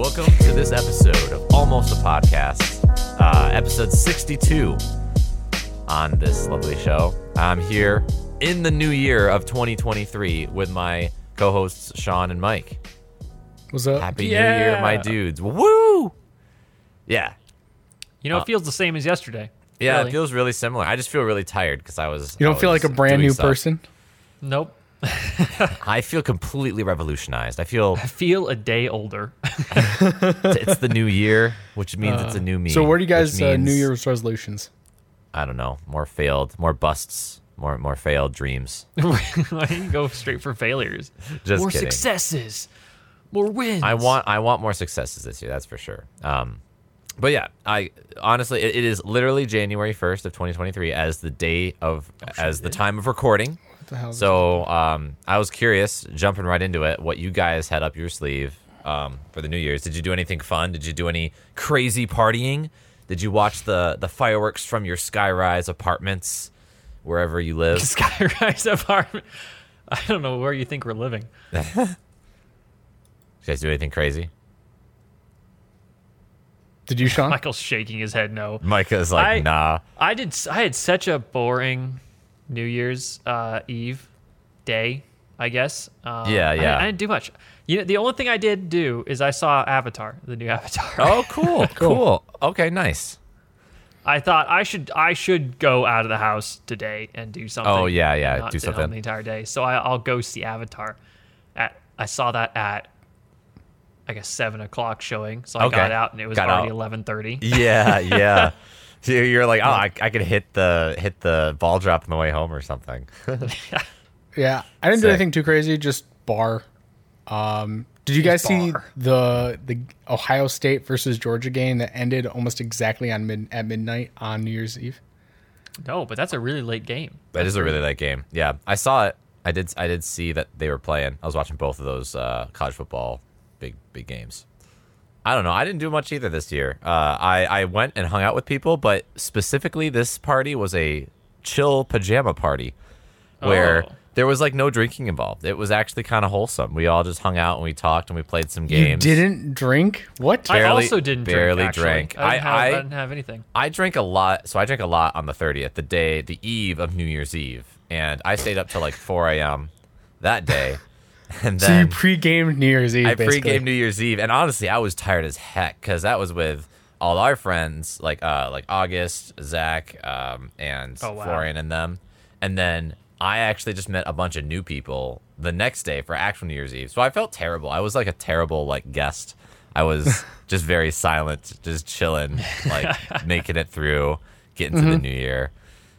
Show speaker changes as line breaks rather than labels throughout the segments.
this episode of Almost a Podcast, uh, episode 62 on this lovely show. I'm here in the new year of 2023 with my co hosts, Sean and Mike.
What's up?
Happy New Year, my dudes. Woo! Yeah.
You know, it feels the same as yesterday.
Uh, Yeah,
Really.
it feels really similar. I just feel really tired because I was.
You
I
don't feel
was
like a brand
doing
new
stuff.
person?
Nope.
I feel completely revolutionized. I feel
I feel a day older.
it's the new year, which means it's a new me.
Uh, So, where do you
which
guys uh, New
means-
Year's resolutions?
I don't know, more failed, more busts, more more failed dreams.
Why do you go straight for failures?
Just
more
kidding.
successes, more wins.
I want I want more successes this year, that's for sure. Um, but yeah, I honestly it, it is literally January first of 2023 as the day of as the time of recording.
What the hell? is-
So um, I was curious, jumping right into it, what you guys had up your sleeve um, for the New Year's. Did you do anything fun? Did you do any crazy partying? Did you watch the the fireworks from your skyrise apartments wherever you live?
skyrise apartment. I don't know where you think we're living.
Did you guys do anything crazy?
did you, Sean?
Michael's shaking his head no.
Micah's like,
I-
nah.
I did. s- I had such a boring New Year's uh, Eve day. I guess. Uh,
Yeah,
I-
yeah.
I, didn't do much. You know, the only thing I did do is I saw Avatar, the new Avatar.
Oh, cool, cool.
Cool.
Okay, nice.
I thought I should I should go out of the house today and do something.
Oh, yeah, yeah,
Not
do
sit home
something.
the entire day. So I, I'll go see Avatar. At I saw that at I guess seven o'clock showing. So I
Okay.
got out and it was
Got
already
out.
eleven thirty.
Yeah, yeah. So You're like, oh, I, I could hit the hit the ball drop on the way home or something.
yeah. I didn't do
Sick.
anything too crazy, just bar. Um, did you guys see
bar.
the the Ohio State versus Georgia game that ended almost exactly on mid at midnight on New Year's Eve?
No, but that's a really late game.
That is a really late game. Yeah, I saw it. I did. I did see that they were playing. I was watching both of those uh, college football big big games. I don't know. I didn't do much either this year. Uh, I I went and hung out with people, but specifically this party was a chill pajama party where
Oh.
there was like no drinking involved. It was actually kind of wholesome. We all just hung out and we talked and we played some games.
You didn't drink? What?
Barely-
I also didn't
barely
drink, actually.
drank.
I
I-
didn't, have, I
I-
didn't have anything.
I drank a lot, so I drank a lot on the 30th, the day, the eve of New Year's Eve, and I stayed up till like 4 a.m. that day, and
so you
then
pre-gamed New Year's Eve.
I
basically.
pre-game New Year's Eve, and honestly, I was tired as heck because that was with all our friends, like uh, like August, Zach, um, and
Oh, wow.
Florian, and them, and then I actually just met a bunch of new people the next day for actual New Year's Eve, so I felt terrible. I was like a terrible like guest. I was just very silent, just chilling, like making it through, getting to the
Mm-hmm.
new year.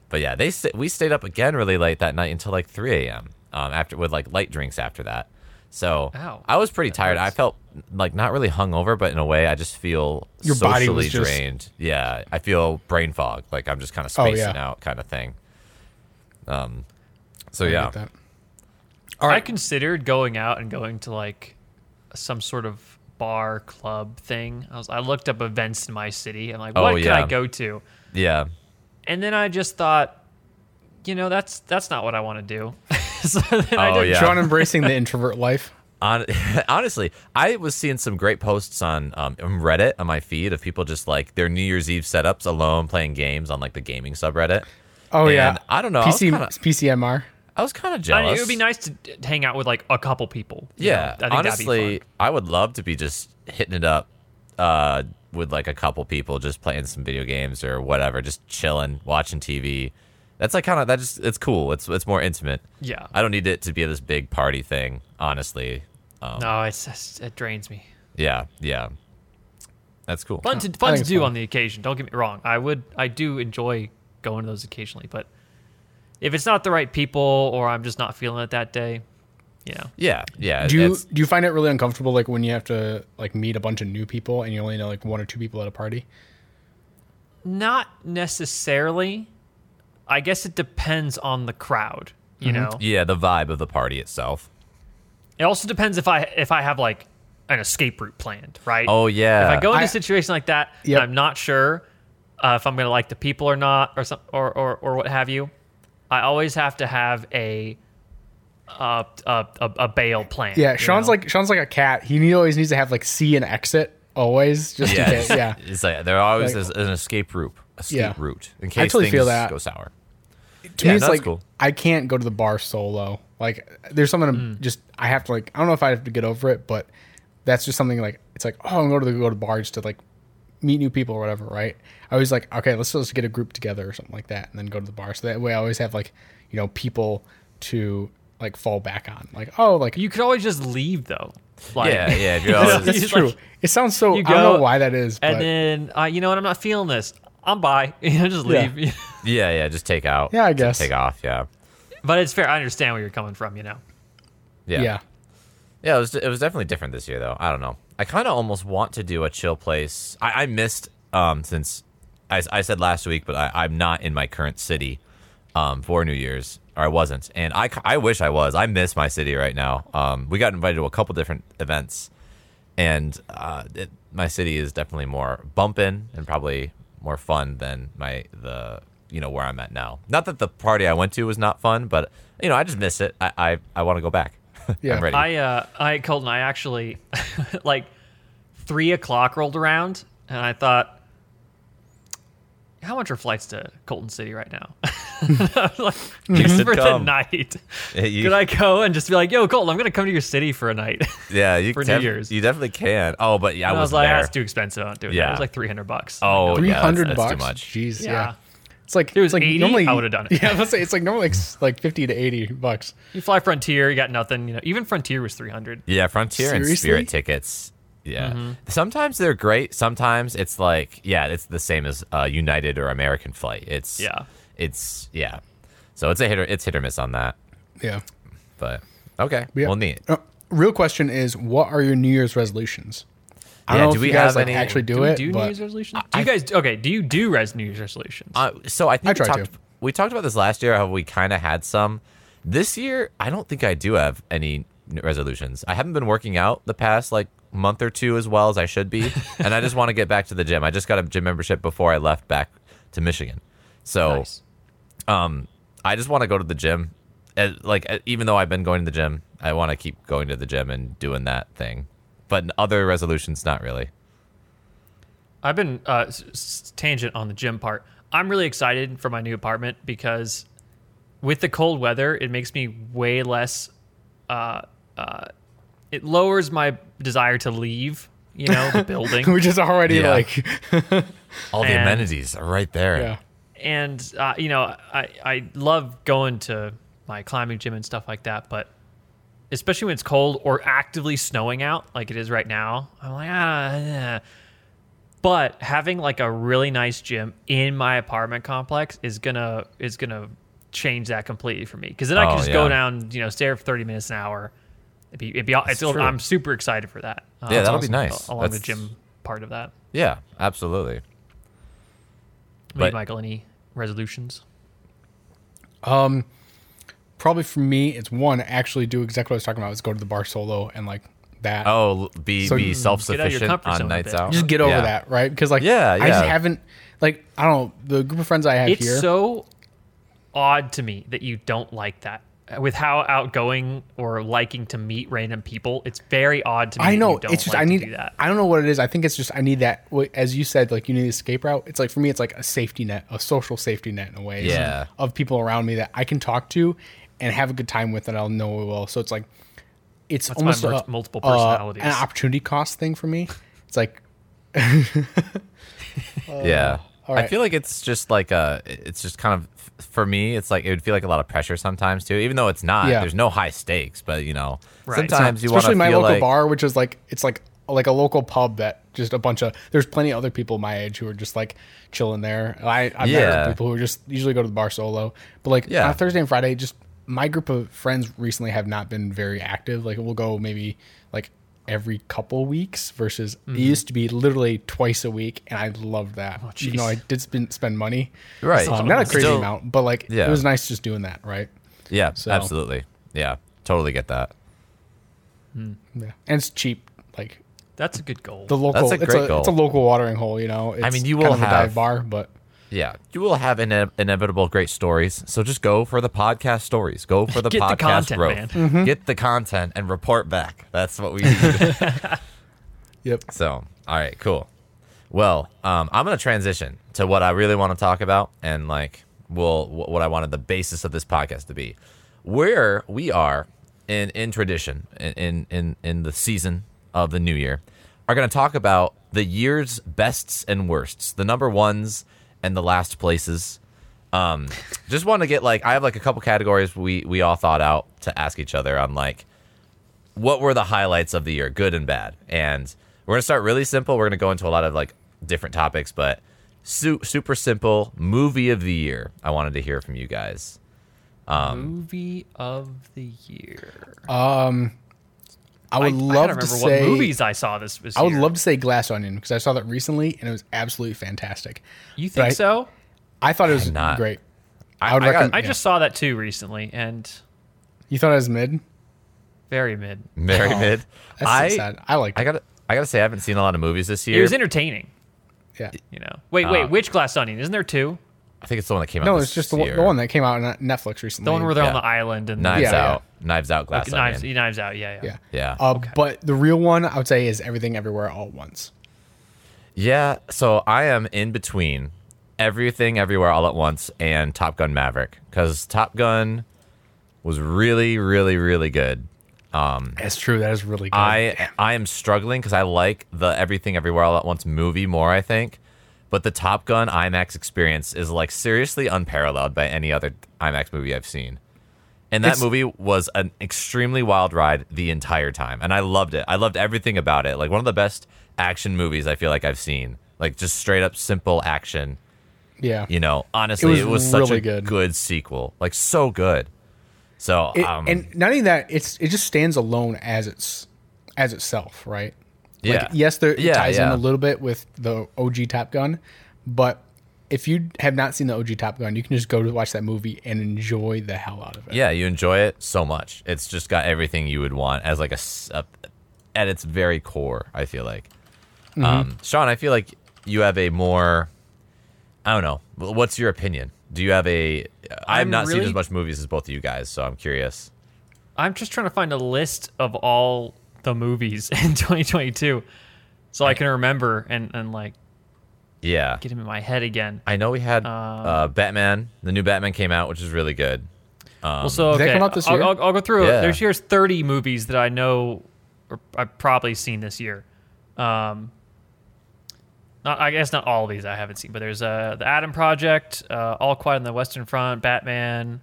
But yeah, they st- we stayed up again really late that night until like 3 a.m. Um, after with like light drinks after that. So
Ow.
I was pretty tired. I
hurts.
felt like not really hungover, but in a way, I just feel
Your
socially
body was just-
drained. Yeah, I feel brain fog. Like I'm just kind of
Oh, yeah.
spacing out, kind of thing. Um. So
I get
yeah,
that. All
I
right.
considered going out and going to like some sort of bar club thing. I was I looked up events in my city. I'm like,
Oh,
what can
yeah.
I go to?
yeah.
And then I just thought, you know, that's that's not what I want to do. so then I
Oh,
did,
yeah.
Sean embracing the introvert life.
On, honestly, I was seeing some great posts on um on Reddit on my feed of people just like their New Year's Eve setups alone playing games on like the gaming subreddit.
Oh yeah.
And I don't know, I was
PC
kinda-
PCMR.
I was kind of
I mean,
jealous.
it would be nice to d- hang out with like a couple people. you
Yeah,
know? I think
honestly,
that'd be fun.
I would love to be just hitting it up uh, with like a couple people, just playing some video games or whatever, just chilling, watching TV. That's like kind of that just it's cool. It's it's more intimate.
Yeah.
I don't need it to be this big party thing. Honestly, um,
No, it's just, it drains me.
yeah, yeah, that's cool.
Fun to
think
fun to
it's
do
fun.
on the occasion. Don't get me wrong. I would I do enjoy going to those occasionally, but if it's not the right people or I'm just not feeling it that day, you know.
Yeah, yeah.
Do you
it's-
do you find it really uncomfortable like when you have to like meet a bunch of new people and you only know like one or two people at a party?
Not necessarily. I guess it depends on the crowd, you know.
yeah, the vibe of the party itself.
It also depends if I if I have like an escape route planned, right?
Oh yeah.
If I go into
I-
a situation like that and
Yep.
I'm not sure uh, if I'm going to like the people or not, or some, or, or or what have you, I always have to have a uh, a, a, a bail plan.
Yeah,
you
Sean's
know?
like Sean's like a cat. He need, always needs to have like see an exit always just in
yeah,
case. Yeah.
It's like there always
Like-
is an escape route, escape
Yeah.
route in case
totally
things
feel that.
go sour.
to
Yeah,
me it's
that's
like
cool.
i can't go to the bar solo like there's something I'm
Mm.
just i have to like i don't know if i have to get over it but that's just something like it's like oh i'm going to the, go to the bar just to like meet new people or whatever right i was like okay let's just get a group together or something like that and then go to the bar so that way i always have like you know people to like fall back on like oh like
You could always just leave though. Like,
yeah, yeah. If you're always,
that's
you just,
true
like,
it sounds so
you
i don't know
go,
why that is but
And then uh, you know what? I'm not feeling this. I'm by. You know, just
Yeah.
leave.
yeah, yeah. Just take out.
Yeah, I
Just
guess.
take off. Yeah,
but it's fair. I understand where you're coming from. You know.
yeah,
yeah.
yeah. It was it was definitely different this year though. I don't know. I kind of almost want to do a chill place. I, I missed um since I, I said last week, but I, I'm not in my current city um for New Year's or I wasn't, and I ki- I wish I was. I miss my city right now. Um, we got invited to a couple different events. and uh, it, my city is definitely more bumping and probably more fun than my the you know where I'm at now. Not that the party I went to was not fun, but you know I just miss it. I I, I want to go back.
Yeah.
I'm ready.
I uh I Colton, I actually like three o'clock rolled around and I thought how much are flights to Colton City right now? like, just
should
for the
come.
night.
Yeah, you-
Could I go and just be like, yo, Colton, I'm gonna come to your city for a night?
yeah, you
for New
def-
Years.
you definitely can. Oh, but yeah, I,
And I was
wasn't
like,
there.
that's too expensive. I'm not doing that. It
Yeah.
was like three hundred bucks.
oh,
Three hundred
yeah, that's,
bucks.
that's too much.
Jeez, yeah.
Yeah.
It's like
If it was
it's like
80,
normally
I would've done it.
Yeah, let's say it's like normally like, s- like fifty to eighty bucks.
You fly Frontier, you got nothing, you know. Even Frontier was three hundred.
Yeah, Frontier
Seriously?
and Spirit tickets. Yeah.
Mm-hmm.
Sometimes they're great. Sometimes it's like, yeah, it's the same as uh, United or American flight. It's
Yeah.
It's yeah. So it's a hit or it's hit or miss on that.
Yeah.
But okay,
Yeah.
we'll need.
Uh, real question is, what are your New Year's resolutions? I
Yeah,
don't know
do
if
we
you guys
have
like
any-
actually do,
Do we
it.
do New
but
Year's resolutions? Do you guys okay, do you do res New Year's resolutions?
Uh, so I think
I
we
try
talked,
to.
we talked about this last year. How we kind of had some. This year, I don't think I do have any n- resolutions. I haven't been working out the past like month or two as well as I should be, and I just want to get back to the gym. I just got a gym membership before I left back to Michigan, so
Nice.
um, I just want to go to the gym. Uh, Like uh, even though I've been going to the gym, I want to keep going to the gym and doing that thing. But other resolutions, not really.
I've been uh, s- s- tangent on the gym part. I'm really excited for my new apartment because with the cold weather, it makes me way less. Uh, uh, it lowers my desire to leave. You know, the building,
We're just already
Yeah.
like,
All the
And-
amenities are right there.
yeah,
and uh, you know, I I love going to my climbing gym and stuff like that, but. Especially when it's cold or actively snowing out, like it is right now, I'm like, ah, yeah. but having like a really nice gym in my apartment complex is gonna is gonna change that completely for me because then I can
Oh,
just go
yeah.
down you know stare for thirty minutes an hour. It'd be, it'd be it's
true.
I'm super excited for that. Uh,
Yeah, that'll be
awesome.
nice.
along the
That's-
gym part of that.
Yeah, absolutely.
Maybe
But-
Michael, any resolutions?
probably for me, it's one actually do exactly what I was talking about. Is go to the bar solo and like that.
Oh, l- be
So
be
you-
self
Get out of your
sufficient
comfort zone
on
a
nights
bit.
out.
just get over
Yeah.
that, right? Because like,
Yeah,
I just
yeah.
haven't like I don't know the group of friends I have
It's
here.
so odd to me that you don't like that. With how outgoing or liking to meet random people, it's very odd to me.
I
that
know
you don't
it's just
like
I
to
need
do that.
I don't know what it is. I think it's just I need that. wh- As you said, like you need an escape route. It's like for me, it's like a safety net, a social safety net in a way.
Yeah.
Of people around me that I can talk to and have a good time with, and I'll know it well. So it's like it's
That's my
almost
mul-
a-
multiple
a-
personalities.
an opportunity cost thing for me. It's like
yeah.
all right.
I feel like it's just like a. It's just kind of f- for me. It's like it would feel like a lot of pressure sometimes too. Even though it's not.
Yeah.
There's no high stakes, but you know,
Right.
sometimes you want to
especially
feel
my local
like
bar, which is like it's like like a local pub that just a bunch of there's plenty of other people my age who are just like chilling there. I I've met
Yeah.
other people who just usually go to the bar solo, but like
Yeah.
on Thursday and Friday, just my group of friends recently have not been very active. Like we'll go maybe like every couple weeks versus
Mm-hmm.
it used to be literally twice a week, and I loved that.
Oh,
Even though
jeez.
I did spend spend money,
right.
um, not a crazy
Oh, Still-
amount, but like
Yeah.
it was nice just doing that, right?
Yeah,
So-
absolutely. Yeah, totally get that.
Yeah, and it's cheap. Like
That's a good goal.
the local
That's a
it's,
great
a,
goal.
it's a local watering hole you know it's
mean, you
kind
will
of a dive
have-
bar but
Yeah, you will have ine- inevitable great stories. So just go for the podcast stories. Go for the
Get the
podcast
content,
growth.
man.
Mm-hmm.
Get the content and report back. That's what we need.
yep
so All right, cool. Well, um, I'm gonna transition to what I really want to talk about, and like, will wh- what I wanted the basis of this podcast to be, where we are in in tradition, in in in, in the season of the new year, are gonna talk about the year's bests and worsts, the number ones and the last places. Um, just want to get like, I have like a couple categories we we all thought out to ask each other on like what were the highlights of the year, good and bad? And we're gonna start really simple. We're gonna go into a lot of like different topics, but su- super simple movie of the year. I wanted to hear from you guys. Um,
movie of the year.
I would
I
love
gotta
to
remember what
say
movies I saw this. this
I would
year.
love to say Glass Onion because I saw that recently and it was absolutely fantastic.
You think
right?
so?
I thought it was
not-
great.
I,
I would
I got
recommend-
I
Yeah.
just saw that too recently, and
You thought it was mid?
very mid.
very
Oh,
mid.
That's
I
so sad. I like
I
it.
gotta I gotta say I haven't seen a lot of movies this year.
It was entertaining.
Yeah.
You know. Wait, wait.
Ah.
which Glass Onion? Isn't there two?
I think it's the one that came out.
No, it's
this
just the, one-
year.
the one that came out on Netflix recently.
The one where they're on
Yeah.
the island and
Knives
Yeah,
Out, Knives Out, Glass
knives,
Onion.
knives out. Yeah, yeah.
yeah.
Yeah.
Uh, But the real one I would say is Everything Everywhere All at Once.
Yeah, so I am in between everything everywhere all at once and Top Gun Maverick because Top Gun was really, really, really good.
That's true. That is really good.
Hmm. I I am struggling because I like the Everything Everywhere All at Once movie more. I think, but the Top Gun IMAX experience is like seriously unparalleled by any other IMAX movie I've seen. And that
It's-
movie was an extremely wild ride the entire time, and I loved it. I loved everything about it. Like one of the best action movies I feel like I've seen. Like just straight up simple action.
yeah.
You know, honestly,
was
it was, such
really
a
good.
good. sequel. Like so good. So
It-
um,
and not only that, it's it just stands alone as its as itself, right?
yeah,
Like, yes, there, it
Yeah,
ties
yeah.
in a little bit with the OG Top Gun, but if you have not seen the OG Top Gun, you can just go to watch that movie and enjoy the hell out of it.
Yeah, you enjoy it so much. It's just got everything you would want as like a, s- a- at its very core. I feel like,
Mm-hmm.
um, Sean, I feel like you have a more, I don't know. Wh- What's your opinion? Do you have a? I've
I'm
not seen
really-
as much movies as both of you guys, so I'm curious.
I'm just trying to find a list of all the movies in 2022, so I can remember and and like
Yeah,
get them in my head again.
I know we had uh, Batman. The new Batman came out, which is really good.
Also,
Did that
okay,
come out this
I'll,
year?
I'll, I'll go through.
Um, Yeah.
it. There's here's 30 movies that I know or I've probably seen this year. Um, not I guess not all of these I haven't seen, but there's uh, the Adam Project, uh, All Quiet on the Western Front, Batman,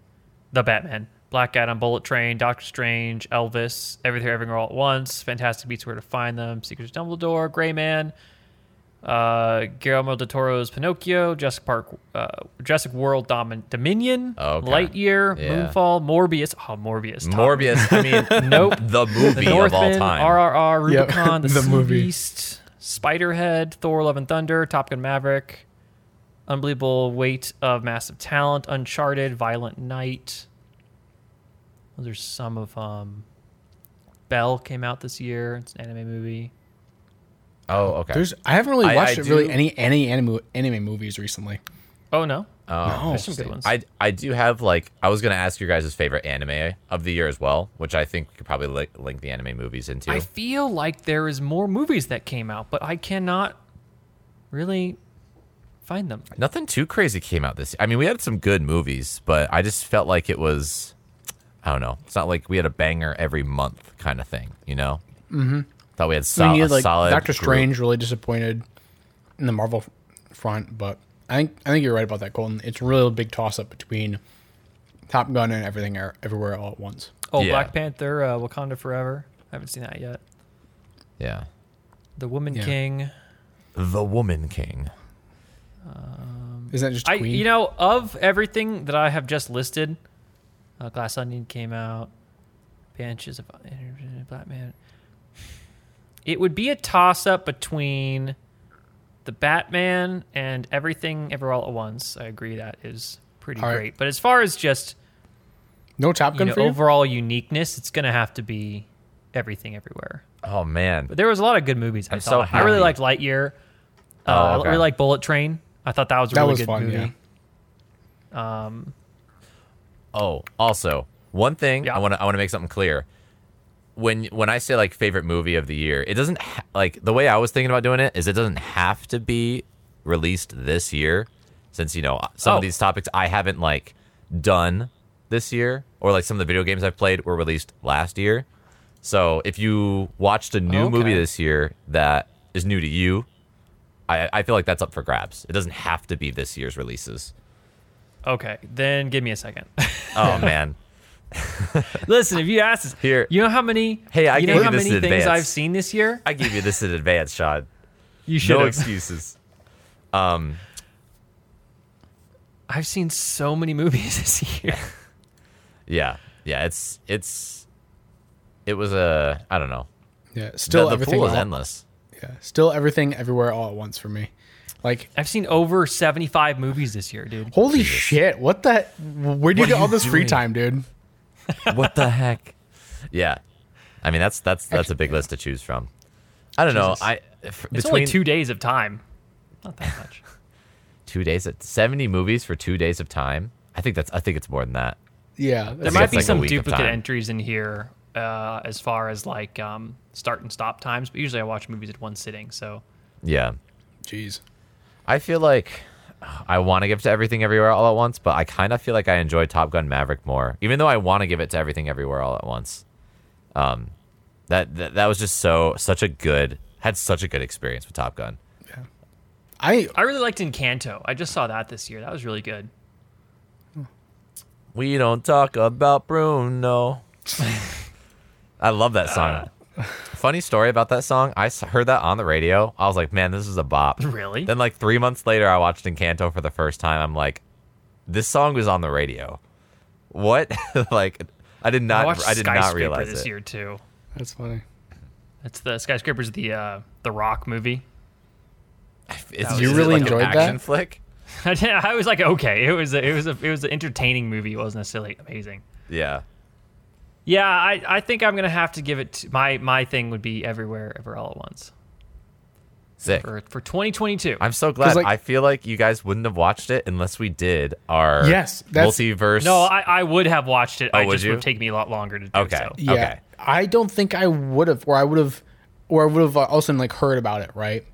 the Batman, Black Adam, Bullet Train, Doctor Strange, Elvis, Everything Everywhere All at Once, Fantastic Beasts, Where to Find Them, Secrets of Dumbledore, Gray Man. Uh, Guillermo del Toro's Pinocchio, Jurassic Park, uh, Jurassic World Domin- Dominion,
Oh, Okay.
Lightyear,
Yeah.
Moonfall, Morbius. Oh, Morbius. Top
Morbius. I mean,
Nope.
the movie of all
Northman,
time.
RRR,
Yep.
Rubicon, The,
The
Sea
movie.
Beast, Spiderhead, Thor: Love and Thunder, Top Gun: Maverick, Unbelievable Weight of Massive Talent, Uncharted, Violent Night. Those are some of um. Bell came out this year. It's an anime movie.
oh, okay.
There's I haven't really
I-
watched
I
really
do-
any any anime anime movies recently.
Oh no,
Oh.
there's some good ones.
I I do have like I was gonna ask your guys' favorite anime of the year as well, which I think we could probably li- link the anime movies into.
I feel like there is more movies that came out, but I cannot really find them.
Nothing too crazy came out this. I mean, we had some good movies, but I just felt like it was, I don't know. It's not like we had a banger every month kind of thing, you know. Mm-hmm. Thought we had
I
sol-
mean, you
a
had, like
solid.
Doctor
group.
Strange really disappointed in the Marvel f- front, but I think I think you're right about that, Colton. It's really a big toss up between Top Gun and Everything Er- Everywhere All at Once.
Oh,
Yeah.
Black Panther, uh, Wakanda Forever. I haven't seen that yet.
Yeah,
The Woman
Yeah.
King.
The Woman King.
Isn't that just
I,
Queen?
you know, of everything that I have just listed, uh, Glass Onion came out, Banshees of Black Man. It would be a toss up between the Batman and everything ever all at once. I agree that is pretty
All right.
great. But as far as just
no Top
you
Gun
know,
for you?
overall uniqueness, it's gonna have to be everything everywhere.
Oh man,
But there was a lot of good movies. I
I'm
saw.
so
I really
happy.
liked Lightyear. Uh,
Oh,
I
okay.
really liked Bullet Train. I thought that was a
That
really
was
good
fun,
movie.
yeah.
Oh, also one thing
Yeah.
Oh, I want to I want to make something clear. when when I say like favorite movie of the year, it doesn't ha- like the way I was thinking about doing it is it doesn't have to be released this year, since you know some
Oh.
of these topics I haven't like done this year, or like some of the video games I've played were released last year. So if you watched a new
Okay.
movie this year that is new to you, I, I feel like that's up for grabs. It doesn't have to be this year's releases.
Okay, then give me a second.
Oh man,
Listen, if you ask us
Here.
you know how many
Hey, I
you know
gave
how
you this
many
in
things
advance.
I've seen this year.
I give you this in advance, Sean.
You should
No
have.
excuses.
I've seen so many movies this year.
Yeah, yeah. It's it's it was a I don't know.
Yeah, still
the, the
everything.
pool is
all-
endless.
yeah, still everything everywhere all at once for me. Like
I've seen over seventy-five movies this year, dude.
holy shit, what the? Where do you
What
get
are
all
you
this free
doing?
time, dude?
what the heck? Yeah, I mean that's that's that's a big list to choose from. I don't
Jesus.
know. I f-
It's
between
only two days of time. Not that much.
two days, at seventy movies for two days of time. I think that's I think it's more than that.
Yeah, that's-
there might
that's
be
like a
some
week of
duplicate
time.
entries in here uh, as far as like um, start and stop times, but usually I watch movies at one sitting. So
Yeah,
jeez.
I feel like I want to give to everything everywhere all at once, but I kind of feel like I enjoy Top Gun Maverick more, even though I want to give it to everything everywhere all at once. Um, that that, that was just so such a good had such a good experience with Top Gun.
I
I really liked Encanto. I just saw that this year. That was really good.
We don't talk about Bruno. I love that song. Funny story about that song. I s- heard that on the radio. I was like, man, this is a bop.
Really?
Then, like, three months later, I watched Encanto for the first time. I'm like, this song was on the radio. What? like, I did
I
not,
watched
I, did not
Skyscraper
realize
this
it.
year too.
that's funny.
That's the skyscrapers the uh, the Rock movie.
It's-
was-
is
You
it
really
like an
enjoyed
action
that?
flick?
I did- I was like, okay, it was a, it was a, it was an entertaining movie. It wasn't necessarily amazing.
Yeah.
Yeah, I, I think I'm gonna have to give it. To, my my thing would be everywhere, ever all at once
Sick.
for for 2022.
I'm so glad.
'Cause, like-
I feel like you guys wouldn't have watched it unless we did our
Yes, that's-
multiverse.
no, I, I would have watched it.
Oh,
I
would
just
you?
would take me a lot longer to do
Okay.
so.
Yeah,
Okay.
I don't think I would have, or I would have, or I would have uh, also like heard about it, right?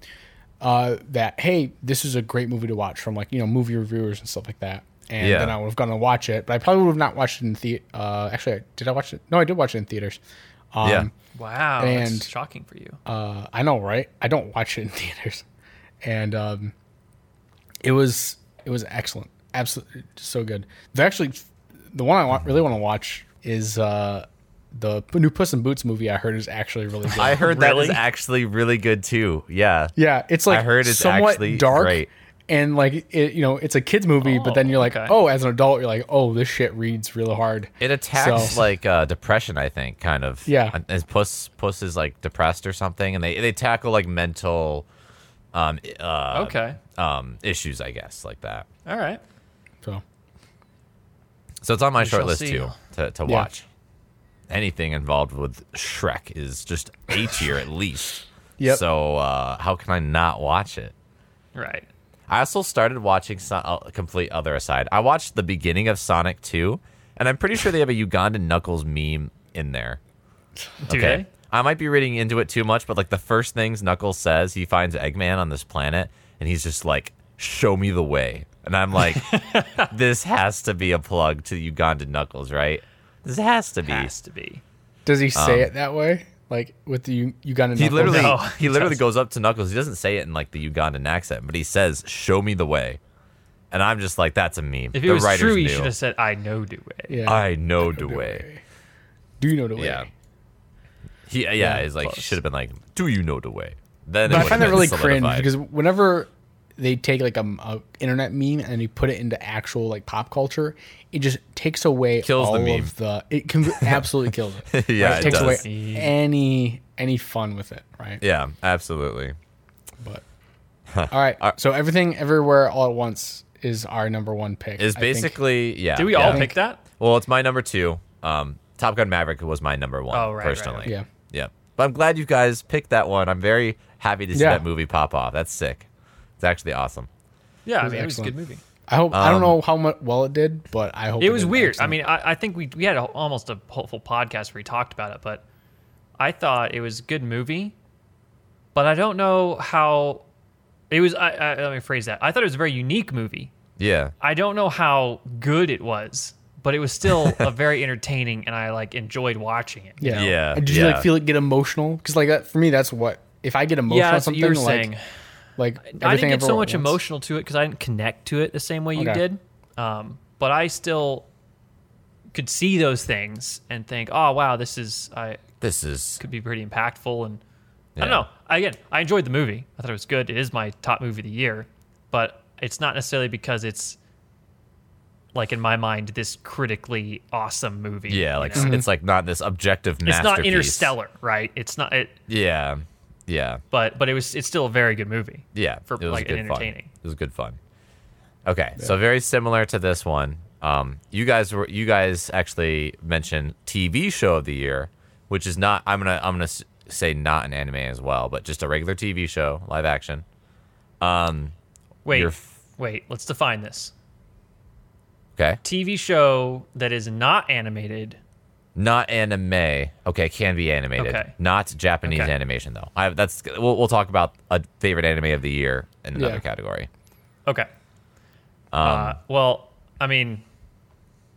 Uh, that hey, this is a great movie to watch from like you know movie reviewers and stuff like that, and
Yeah.
then I would have gone and watch it, but I probably would have not watched it in the. Uh, actually, I- did I watch it? No, I did watch it in theaters. Um,
Yeah.
Wow,
And-
that's shocking for you.
uh, I know, right? I don't watch it in theaters, and um, it was it was excellent, absolutely so good. They're actually the one I want, really want to watch is uh, the p- new Puss in Boots movie. I heard is actually really good.
I heard that
Really?
is actually really good too. Yeah.
yeah, it's like
I heard it's
somewhat
actually
dark.
great.
And like it, you know, it's a kids movie, but then
Oh,
you're like,
okay.
oh, as an adult, you're like, oh, this shit reads really hard.
It attacks
So-
like uh, depression, I think, kind of.
Yeah.
And- And Puss Puss is like depressed or something, and they they tackle like mental, um, i- uh,
okay,
um, issues, I guess, like that.
all right.
So
So it's on my short
shall
list
see.
too to to
Yeah.
watch. Anything involved with Shrek is just A tier at least.
Yep.
So uh, how can I not watch it?
Right.
I also started watching so- a complete other aside. I watched the beginning of Sonic 2, and I'm pretty sure they have a Ugandan Knuckles meme in there.
Do they?
I might be reading into it too much, but like the first things Knuckles says, he finds Eggman on this planet, and he's just like, "Show me the way," and I'm like, "This has to be a plug to Ugandan Knuckles, right? This has to be."
Has to be.
does he say it that way? Like with the you, you got
Um, He literally,
Oh, No,
he literally goes up to Knuckles. He doesn't say it in like the Ugandan accent, but he says, "Show me the way," and I'm just like, "That's a meme."
If it
the
was
writers
true,
knew.
you should have said, "I know do it."
Yeah.
I know the way.
Do you know the way?
Yeah. He, yeah, he's like,
close.
should have been like, do you know the way? Then it
But I
would've
find that
been
really cringe
solidified.
because whenever they take like a, a internet meme and you put it into actual like pop culture, it just takes away
Kills the
all
meme.
of the. It can absolutely kills it.
Yeah,
Right?
it
takes
does.
away any any fun with it, right?
yeah, absolutely.
But all right, so everything everywhere all at once is our number one pick.
Is
I think.
basically yeah.
Did we
yeah.
all pick that?
Well, it's my number two. Um, Top Gun Maverick was my number one
Oh, right, right,
personally.
right.
Yeah.
yeah. But I'm glad you guys picked that one. I'm very happy to see
Yeah.
that movie pop off. That's sick. It's actually awesome.
Yeah, I
was
mean, it was a good
excellent.
movie.
I hope
Um,
I don't know how much well it did, but I hope
It was
did
weird. I
excellent.
mean, I, I think we we had a, almost a whole full podcast where we talked about it, but I thought it was a good movie, but I don't know how it was. I, I, let me phrase that. I thought it was a very unique movie.
Yeah.
I don't know how good it was, but it was still a very entertaining, and I like enjoyed watching it.
Yeah.
Yeah,
Did you
yeah.
like feel it get emotional? Because like that for me, that's what if I get emotional
yeah,
on
that's what
something
you were
like
saying.
like
I didn't
everything
get
Ever
so
All at
much
Once.
emotional to it because I didn't connect to it the same way you
Okay.
did. Um, but I still could see those things and think, "Oh wow, this is I
This is
could be pretty impactful." And I
Yeah.
don't know. Again, I enjoyed the movie. I thought it was good. It is my top movie of the year, but it's not necessarily because it's like in my mind this critically awesome movie.
yeah,
you
like
know?
it's like not this objective
Mm-hmm. it's
masterpiece.
not Interstellar, right? It's not. It,
Yeah. Yeah.
but but it was. It's still a very good movie.
Yeah,
for, like,
good
entertaining.
Fun. It was good fun. Okay, so very similar to this one. Um, you guys were you guys actually mentioned TV show of the year, which is not I'm gonna I'm gonna s- say not an anime as well, but just a regular TV show, live action.
Wait,
You're f-
wait. Let's define this.
Okay,
TV show that is not animated.
not anime. Okay, can be animated.
Okay.
Not Japanese
Okay.
animation though. I that's we'll, we'll talk about a favorite anime of the year in another
Yeah.
category.
Okay.
Um,
uh, well, I mean,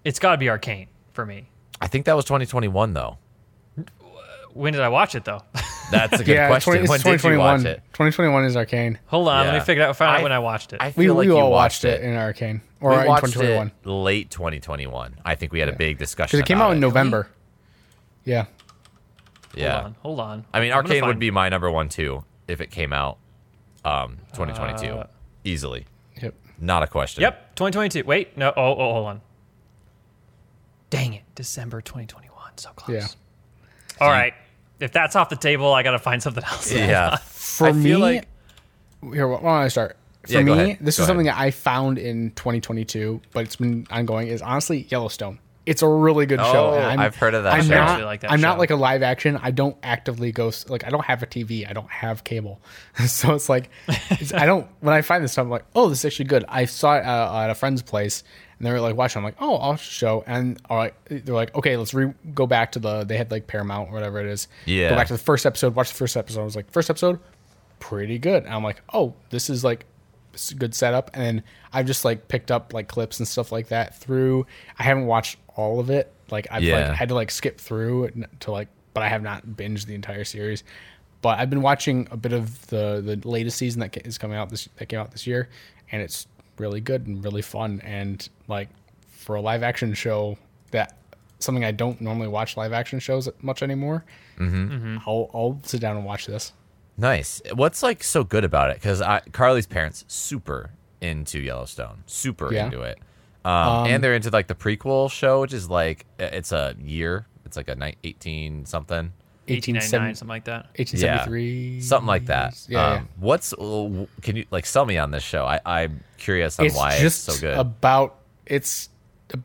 it's got to be Arcane for me.
I think that was 2021 though.
When did I watch it though?
That's a good
Yeah,
question.
20, it's
when did you
2021.
watch it?
2021 is Arcane.
Hold on, let
Yeah.
me figure it out. Find
I-
out when I watched it.
I
We,
feel like
we
you
all
watched it.
in Arcane or
we
in
watched
2021
it late 2021. I think we had a big discussion
because it came out
about
in November. Yeah.
Yeah,
Hold on, hold on.
I mean,
I'm gonna
Arcane would
find-
be my number one too if it came out um 2022 easily,
Yep.
not a question.
Uh, Yep, 2022. Wait, no. Oh, oh, hold on. Dang it, December 2021. So close.
Yeah.
All right. If that's off the table, I gotta find something else.
Yeah.
For
I
me,
feel like
here, why don't I start? For
Yeah,
me,
go ahead.
this
Go
is something that I found in 2022, but it's been ongoing. Is honestly Yellowstone. It's a really good show.
Oh,
and I'm,
I've heard of that
I'm
show. I
Not,
actually like that
I'm not
show.
like a live action. I don't actively go s- like I don't have a TV. I don't have cable, so it's like it's, I don't. When I find this stuff, I'm like, oh, this is actually good. I saw it uh, at a friend's place, and they were like, watching. I'm like, oh, I'll show. And all right, they're like, okay, let's re- go back to the. They had like Paramount or whatever it is.
Yeah.
Go back to the first episode. Watch the first episode. I was like, first episode, pretty good. And I'm like, oh, this is like s- good setup. And then I've just like picked up like clips and stuff like that through. I haven't watched all of it. Like I've
Yeah.
like had to like skip through it n- to like, but I have not binged the entire series. But I've been watching a bit of the the latest season that ca- is coming out this that came out this year, and it's really good and really fun. And like for a live action show that something I don't normally watch live action shows much anymore, I'll I'll sit down and watch this.
Nice. What's like so good about it? Because Carly's parents super into Yellowstone, super
Yeah.
into it, um, and they're into like the prequel show, which is like it's a year. It's like a night 18 something.
1899, something like that.
1873
Yeah, something like that.
yeah,
um, What's can you like sell me on this show? I, I'm curious on
it's
why
just
it's so good.
about it's a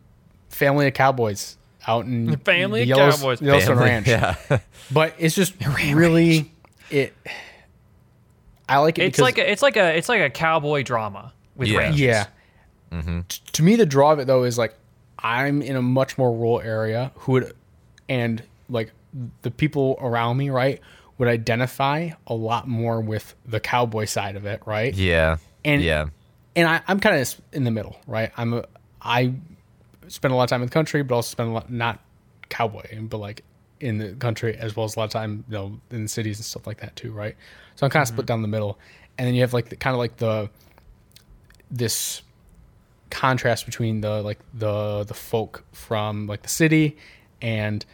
family of cowboys out in the
family of
Yellows-
cowboys.
Yellowstone
Family-
Ranch.
Yeah.
But it's just really it. I like it
It's
because
like a, it's like a it's like a cowboy drama with
Yeah.
ranches.
yeah.
Mm-hmm.
T- to me, the draw of it though is like I'm in a much more rural area who would, and like the people around me, right, would identify a lot more with the cowboy side of it, right?
yeah.
And-
yeah.
and I, I'm kind of in the middle, right? I'm a, I spend a lot of time in the country, but also spend a lot not cowboy, but like in the country as well as a lot of time, you know, in the cities and stuff like that too, right? So I'm kind of split down the middle, and then you have like the, kind of like the this contrast between the like the the folk from like the city and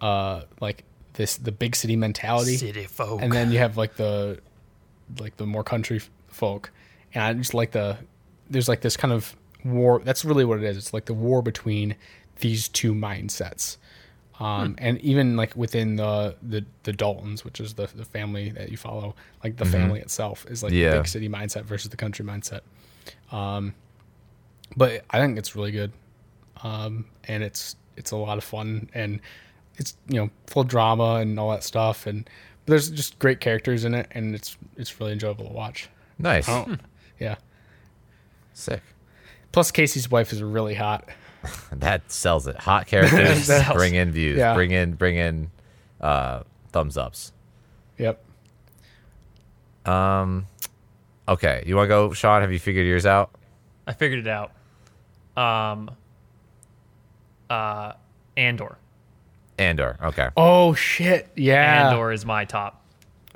uh like this the big city mentality
City folk.
and then you have like the like the more country f- folk and i just like the there's like this kind of war that's really what it is it's like the war between these two mindsets um, and even like within the, the the daltons which is the, the family that you follow like the family itself is like
Yeah.
the big city mindset versus the country mindset um, but i think it's really good um, and it's it's a lot of fun and it's you know full of drama and all that stuff and but there's just great characters in it and it's it's really enjoyable to watch
Nice. Hmm.
I don't- yeah
Sick.
plus casey's wife is really hot
That sells it. Hot characters
That sells.
bring in views.
Yeah.
Bring in bring in uh thumbs ups.
Yep.
Um, okay, you want to go, Sean? Have you figured yours out?
I figured it out. Um, uh, Andor.
Andor. Okay.
Oh shit! Yeah.
Andor is my top.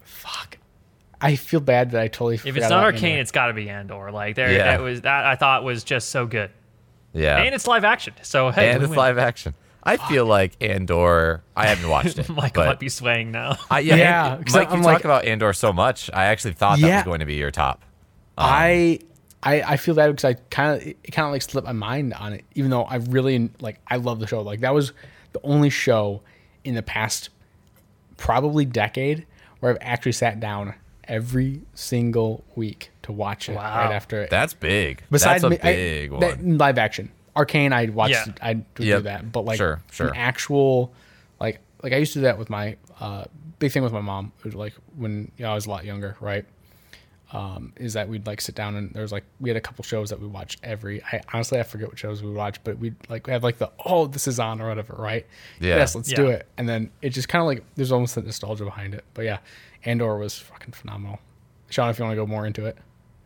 Fuck. I feel bad that I totally.
If
forgot
it's not
about
Arcane,
Andor.
it's got to be Andor. Like there,
Yeah.
that was that I thought was just so good,
Yeah.
and it's live action. So hey,
And
we
it's
win.
live action. I feel like Andor. I haven't watched it.
Michael
but
might be swaying now.
I, yeah,
Yeah,
And-
'cause
Mike,
I'm
you
like-
talk about Andor so much. I actually thought that
Yeah.
was going to be your top.
I, I I feel that because I kind of it kind of like slipped my mind on it, even though I really like I love the show. Like that was the only show in the past probably decade where I've actually sat down every single week to watch it
Wow.
right after it.
That's big.
Besides
That's
me-
a
I-
big one.
that- live action. Arcane, I watched.
Yeah.
I would do
Yep.
that, but like
Sure, sure.
an actual, like like I used to do that with my uh, big thing with my mom. It was like when you know, I was a lot younger, right? Um, is that we'd like sit down and there was like we had a couple shows that we watched every. I honestly I forget what shows we watched, but we'd like have like the oh this is on or whatever, right?
Yeah.
Yes, let's do
Yeah.
it. And then it just kind of like there's almost that nostalgia behind it. But yeah, Andor was fucking phenomenal. Sean, if you want to go more into it,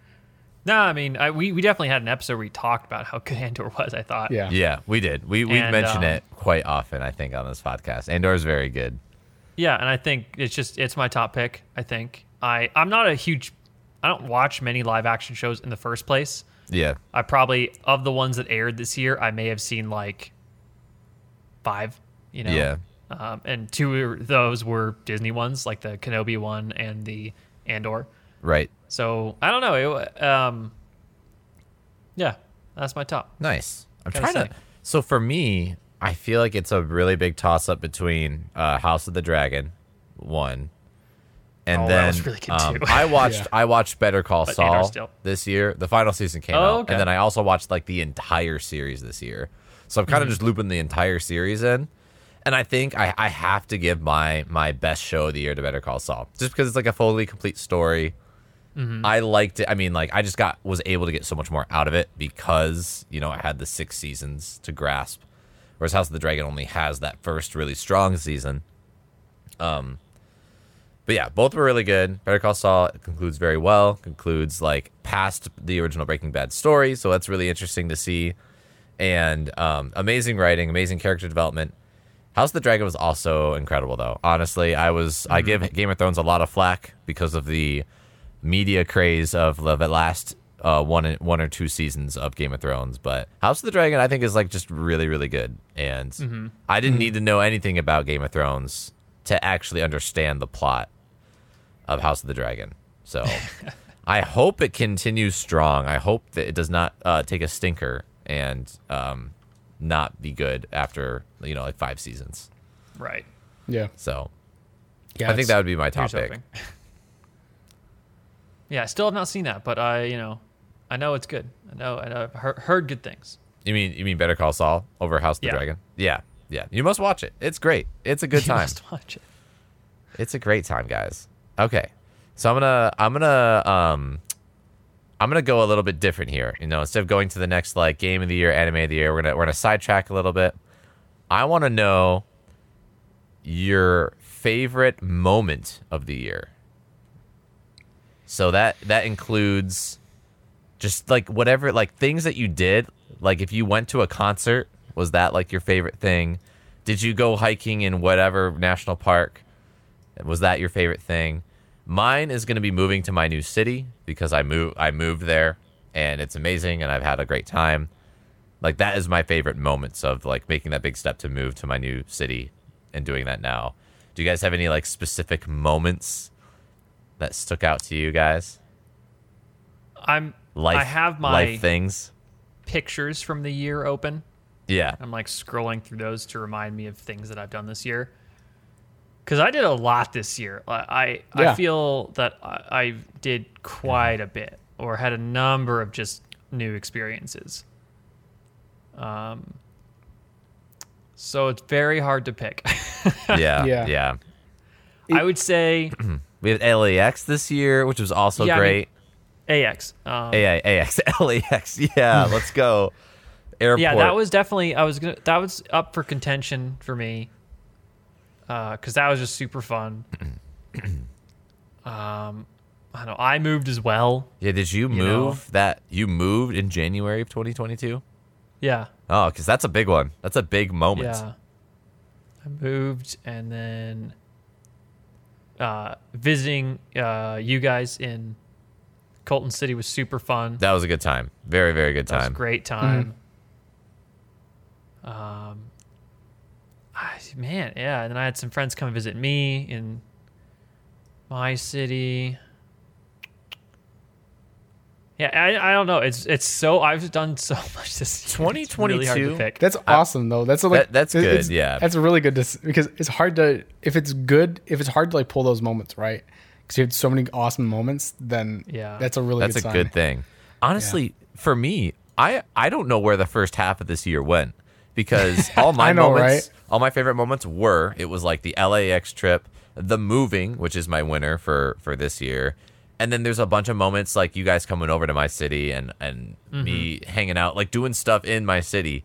no, I mean I, we we definitely had an episode where we talked about how good Andor was. I thought.
yeah,
yeah, we did. We we
And,
mention
um,
it quite often. I think on this podcast. Andor is very good.
Yeah, and I think it's just it's my top pick. I think I I'm not a huge I don't watch many live action shows in the first place.
Yeah.
I probably of the ones that aired this year, I may have seen like five. You know,
Yeah.
Um, and two of those were Disney ones, like the Kenobi one and the Andor.
Right.
So I don't know. It, wa- um, yeah, that's my top.
Nice. I'm
Gotta
trying to.
say.
So for me, I feel like it's a really big toss up between uh, House of the Dragon, one, and
Oh,
then
that was really good
um,
too.
I watched
Yeah.
I watched Better Call
But Andor
Saul
still.
this year. The final season came
Oh,
out,
okay.
and then I also watched like the entire series this year. So I'm
Mm-hmm.
kind of just looping the entire series in. And I think I, I have to give my my best show of the year to Better Call Saul, just because it's like a fully complete story.
Mm-hmm.
I liked it. I mean, like I just got was able to get so much more out of it because you know I had the six seasons to grasp, whereas House of the Dragon only has that first really strong season. Um, but yeah, both were really good. Better Call Saul concludes very well. Concludes like past the original Breaking Bad story, so that's really interesting to see. And um, amazing writing, amazing character development. House of the Dragon was also incredible, though. Honestly, I was I give Game of Thrones a lot of flack because of the media craze of the the last uh, one one or two seasons of Game of Thrones, but House of the Dragon I think is like just really really good, and I didn't need to know anything about Game of Thrones to actually understand the plot of House of the Dragon. So I hope it continues strong. I hope that it does not uh, take a stinker and um, not be good after you know like five seasons.
Right.
yeah,
So
yeah.
I
it's-
think that would be my top pick.
Here's hoping. yeah, I still have not seen that, but I you know, I know it's good. I know I know, I've heard, heard good things.
You mean you mean Better Call Saul over House of the
Yeah.
Dragon? Yeah, yeah. You must watch it. It's great. It's a good
You
time.
must watch it.
It's a great time, guys. Okay, so I'm gonna I'm gonna um I'm gonna go a little bit different here. You know, instead of going to the next like game of the year, anime of the year, we're gonna we're gonna sidetrack a little bit. I want to know your favorite moment of the year. So that that includes just like whatever like things that you did like if you went to a concert was that like your favorite thing did you go hiking in whatever national park was that your favorite thing mine is going to be moving to my new city because i moved i moved there and it's amazing and i've had a great time like that is my favorite moments of like making that big step to move to my new city and doing that now do you guys have any like specific moments that stuck out to you guys
I'm
life
I have my
life things
pictures from the year open.
yeah
I'm like scrolling through those to remind me of things that I've done this year. Because I did a lot this year. I I,
Yeah.
I feel that I, I did quite a bit, or had a number of just new experiences. Um, so it's very hard to pick.
yeah,
Yeah.
yeah,
I would say
We had LAX this year, which was also
Yeah, I mean-
great.
AX. Um,
AI, AX, LAX. Yeah, let's go. Airport.
yeah, that was definitely I was gonna that was up for contention for me. because uh, that was just super fun. um, I know I moved as well.
Yeah, did you move
know?
that? You moved in January of 2022?
Yeah,
Oh, because that's a big one. That's a big moment.
yeah. I moved and then uh, visiting uh, you guys in Colton City was super fun.
That was a good time. Very, very good
That was a
time.
great time. Um, I, man, yeah. And then I had some friends come visit me in my city. Yeah, I, I don't know. It's it's so I've done so much this year. It's really hard
2022
to pick.
That's awesome though. That's a, like
that- that's
it-
good,
it's-
yeah.
that's a really good dis- because it's hard to if it's good if it's hard to like pull those moments right because you had so many awesome moments. Then
Yeah.
that's a really
That's
good
a
sign.
good thing. Honestly, for me, I I don't know where the first half of this year went because all my
I know,
moments,
right?
all my favorite moments were it was like the LAX trip, the moving, which is my winner for for this year. And then there's a bunch of moments like you guys coming over to my city and and
Mm-hmm.
me hanging out, like doing stuff in my city.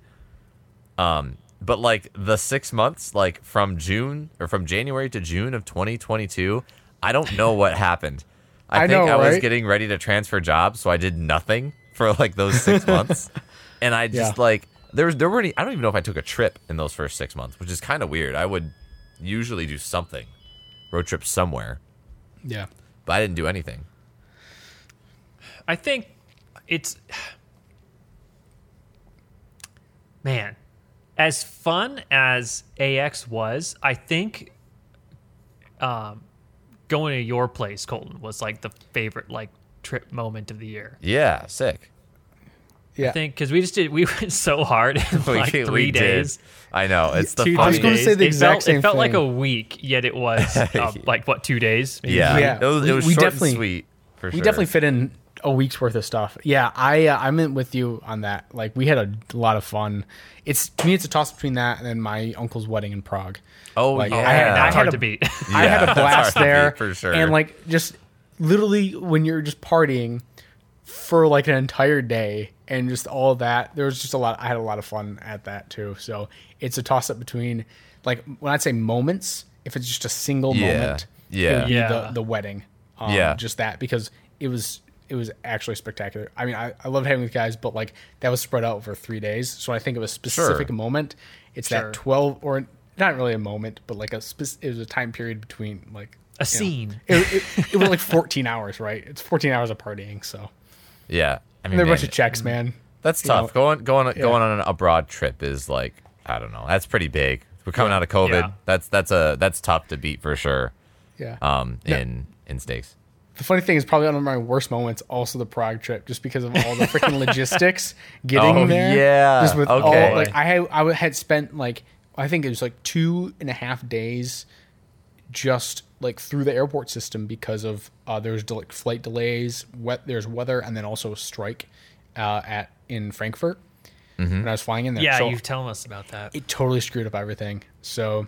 Um but like the 6 months like from June or from January to June of 2022, I don't know what happened. I,
I
think
know,
I was
right?
getting ready to transfer jobs, so I did nothing for like those six months, and I just
Yeah.
like there was there were any, I don't even know if I took a trip in those first six months, which is kind of weird. I would usually do something, road trip somewhere,
Yeah,
but I didn't do anything.
I think it's man, as fun as AX was, I think um, going to your place, Colton, was like the favorite like trip moment of the year.
Yeah, sick.
yeah.
I think because we just did we went so hard in like
did-
three days.
Did. I know it's the
Two
I was
funny.
gonna
days.
say the
it felt,
exact same
It felt like
thing.
a week, yet it was uh, like what two days? maybe?
Yeah,
Yeah,
it was, it
we-
was
we
short
definitely-
and sweet. For
we
sure.
definitely fit in a week's worth of stuff. Yeah, I uh, I'm in with you on that. Like we had a lot of fun. It's to me, it's a toss between that and then my uncle's wedding in Prague.
Oh
Like,
yeah,
I had-
that's
I
hard
a-
to beat.
I
Yeah,
had
that's
a
hard
blast
to beat,
there
for sure.
and like just literally when you're just partying for like an entire day and just all that. There was just a lot. I had a lot of fun at that too. So it's a toss up between like when I say moments, if it's just a single
Yeah.
moment,
Yeah.
it would be
Yeah.
the the wedding. Um,
Yeah.
just that because it was it was actually spectacular. I mean, I, I loved hanging with guys, but like that was spread out over three days. So I think of a specific
Sure.
moment. It's
Sure.
that twelve or not really a moment, but like a spec- it was a time period between like
A
you know,
scene.
it, it, it was like fourteen hours, right? It's fourteen hours of partying. So
yeah. I mean,
they're a bunch
man,
of checks, man.
That's
you
tough.
know.
Going going going on an abroad trip is like I don't know. That's pretty big. We're coming out of COVID.
Yeah.
That's that's a that's tough to beat for sure.
Yeah.
Um,
Yeah.
in in stakes.
The funny thing is, probably one of my worst moments, also the Prague trip, just because of all the freaking logistics getting
Oh,
there.
yeah.
just with
Okay.
all like I had, I had spent like I think it was like two and a half days, just like through the airport system because of uh, there was del- like flight delays, wet there's weather, and then also a strike uh, at in Frankfurt
Mm-hmm.
when I was flying in there.
yeah,
So
you've telling us about that.
it totally screwed up everything. So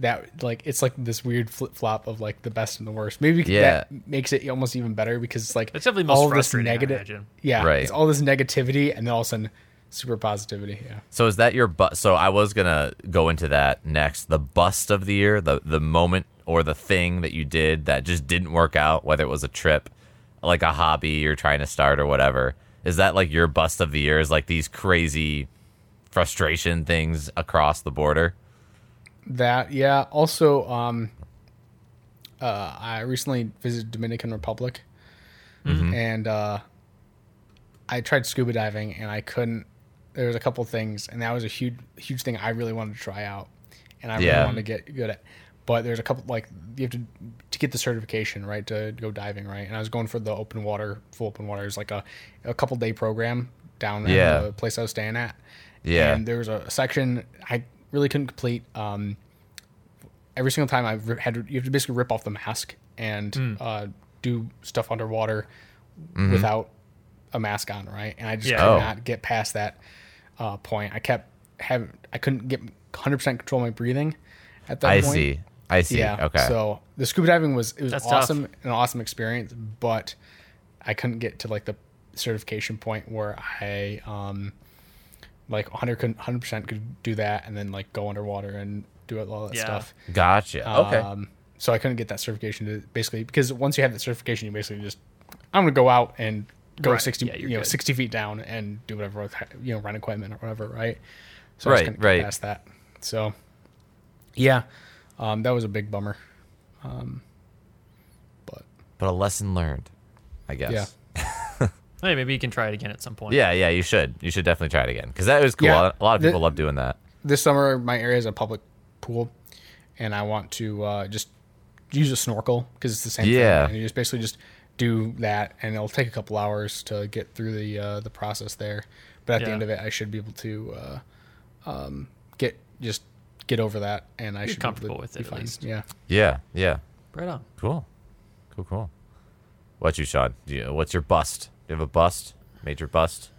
that like it's like this weird flip flop of like the best and the worst. Maybe
Yeah.
that makes it almost even better because it's like
It's definitely most
all this
frustrating, I
negative.
imagine.
Yeah,
Right.
It's all this negativity and then all of a sudden super positivity. Yeah,
So is that your but? So I was gonna go into that next. The bust of the year, the the moment or the thing that you did that just didn't work out, whether it was a trip, like a hobby you're trying to start or whatever. Is that like your bust of the year? Is like these crazy frustration things across the border?
that yeah. Also, um, uh, I recently visited Dominican Republic,
Mm-hmm.
and uh, I tried scuba diving and I couldn't. There was a couple things, and that was a huge, huge thing I really wanted to try out, and I
Yeah.
really wanted to get good at. But there's a couple like you have to to get the certification right to go diving right, and I was going for the open water, full open water. It was like a a couple day program down
Yeah.
at the place I was staying at.
Yeah.
and there was a section I really couldn't complete. Um, every single time I ri- had you have to basically rip off the mask and
Hmm.
uh, do stuff underwater without a mask on, right? And I just
Yeah.
could
Mm-hmm. Oh.
not get past that uh, point. I kept having I couldn't get 100 percent control of my breathing at that
I
point.
see. I see.
Yeah.
Okay.
So the scuba diving was it was
That's tough.
awesome, an awesome experience, but I couldn't get to like the certification point where I um like 100 100 percent could do that and then like go underwater and do all that
Yeah.
stuff.
Gotcha. okay.
Um, so I couldn't get that certification to basically because once you have that certification, you basically just I'm gonna go out and go
Right.
sixty
Yeah,
you
you're
know
good.
sixty feet down and do whatever with, you know rent equipment or whatever, right? So I
Right,
just couldn't
right.
get past that. So yeah, um, that was a big bummer. Um,
But a lesson learned, I guess.
Yeah.
Hey, maybe you can try it again at some point.
Yeah, yeah, you should. You should definitely try it again because that was cool.
Yeah.
A lot of
The-
people love doing that.
but this summer my area is a public pool, and I want to uh, just use a snorkel because it's the same
Yeah.
thing. And you just basically just do that, and it'll take a couple hours to get through the uh, the process there. But at the
Yeah.
end of it, I should be able to uh, um, get just get over that, and I should be able to
comfortable with
be
it at
fine.
least.
Yeah,
Yeah, yeah.
Right on.
Cool. Cool, cool. What you, Sean? Do you, what's your bust? Do you have a bust? Major bust?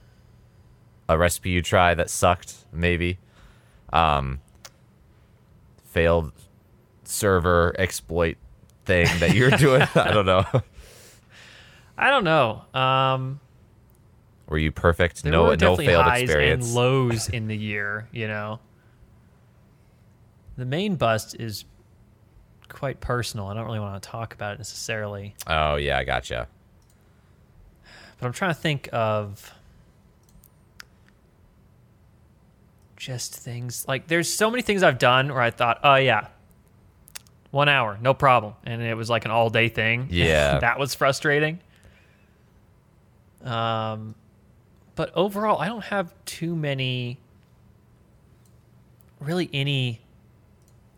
A recipe you tried that sucked, maybe? Um, failed server exploit thing that you're doing? I don't know.
I don't know. Um,
Were you perfect?
there
no
were
no
definitely
failed
highs
experience.
and lows in the year. You know, the main bust is quite personal. I don't really want to talk about it necessarily.
oh, yeah, I gotcha.
But I'm trying to think of just things like there's so many things I've done where I thought, oh yeah, one hour, no problem, and it was like an all day thing.
Yeah.
that was frustrating. Um, but overall, I don't have too many, really any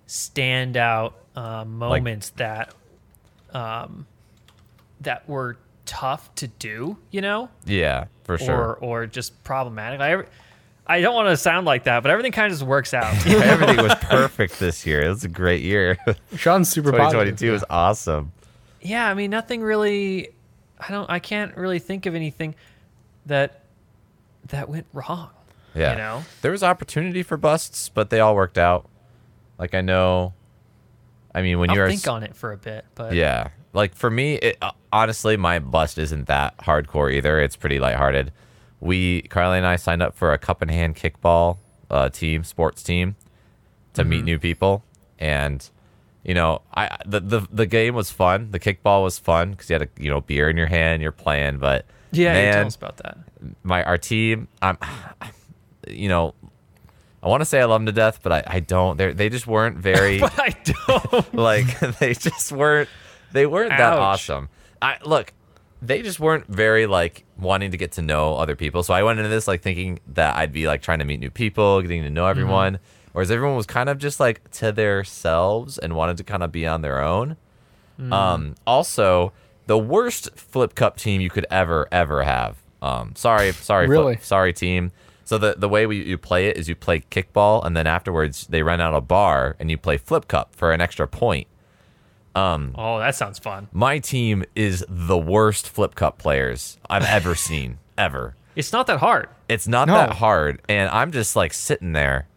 standout uh, moments that that were tough to do. You know,
Yeah, for sure.
or or just problematic. I ever- I don't want to sound like that, but everything kind of just works out.
Everything was perfect this year. It was a great year.
Sean's super positive.
2022 was awesome.
yeah, I mean nothing really I don't I can't really think of anything that that went wrong.
Yeah.
You know?
There was opportunity for busts, but they all worked out. Like I know I mean when
I'll
you're
think on it for a bit, but
Yeah. Like for me, it, uh, honestly, my bust isn't that hardcore either. It's pretty lighthearted. We Carly and I signed up for a cup and hand kickball uh, team, sports team, to
Mm-hmm.
meet new people, and you know, I the the, the game was fun. The kickball was fun because you had a you know beer in your hand, you're playing, but
yeah, you
man,
tell us about that.
my our team i'm you know i want to say i love them to death but i, I don't they they just weren't very
But I don't
like they just weren't they weren't that
Ouch.
awesome i look they just weren't very like wanting to get to know other people so i went into this like thinking that i'd be like trying to meet new people getting to know everyone whereas everyone was kind of just like to themselves and wanted to kind of be on their own um, also, the worst Flip Cup team you could ever ever have. Um, sorry, sorry,
Really?
Flip, sorry team. So the the way we, you play it is you play kickball, and then afterwards they run out a bar, and you play Flip Cup for an extra point.
Oh, that sounds fun.
My team is the worst Flip Cup players I've ever seen, ever.
It's not that hard.
It's not
No.
that hard, and I'm just like sitting there.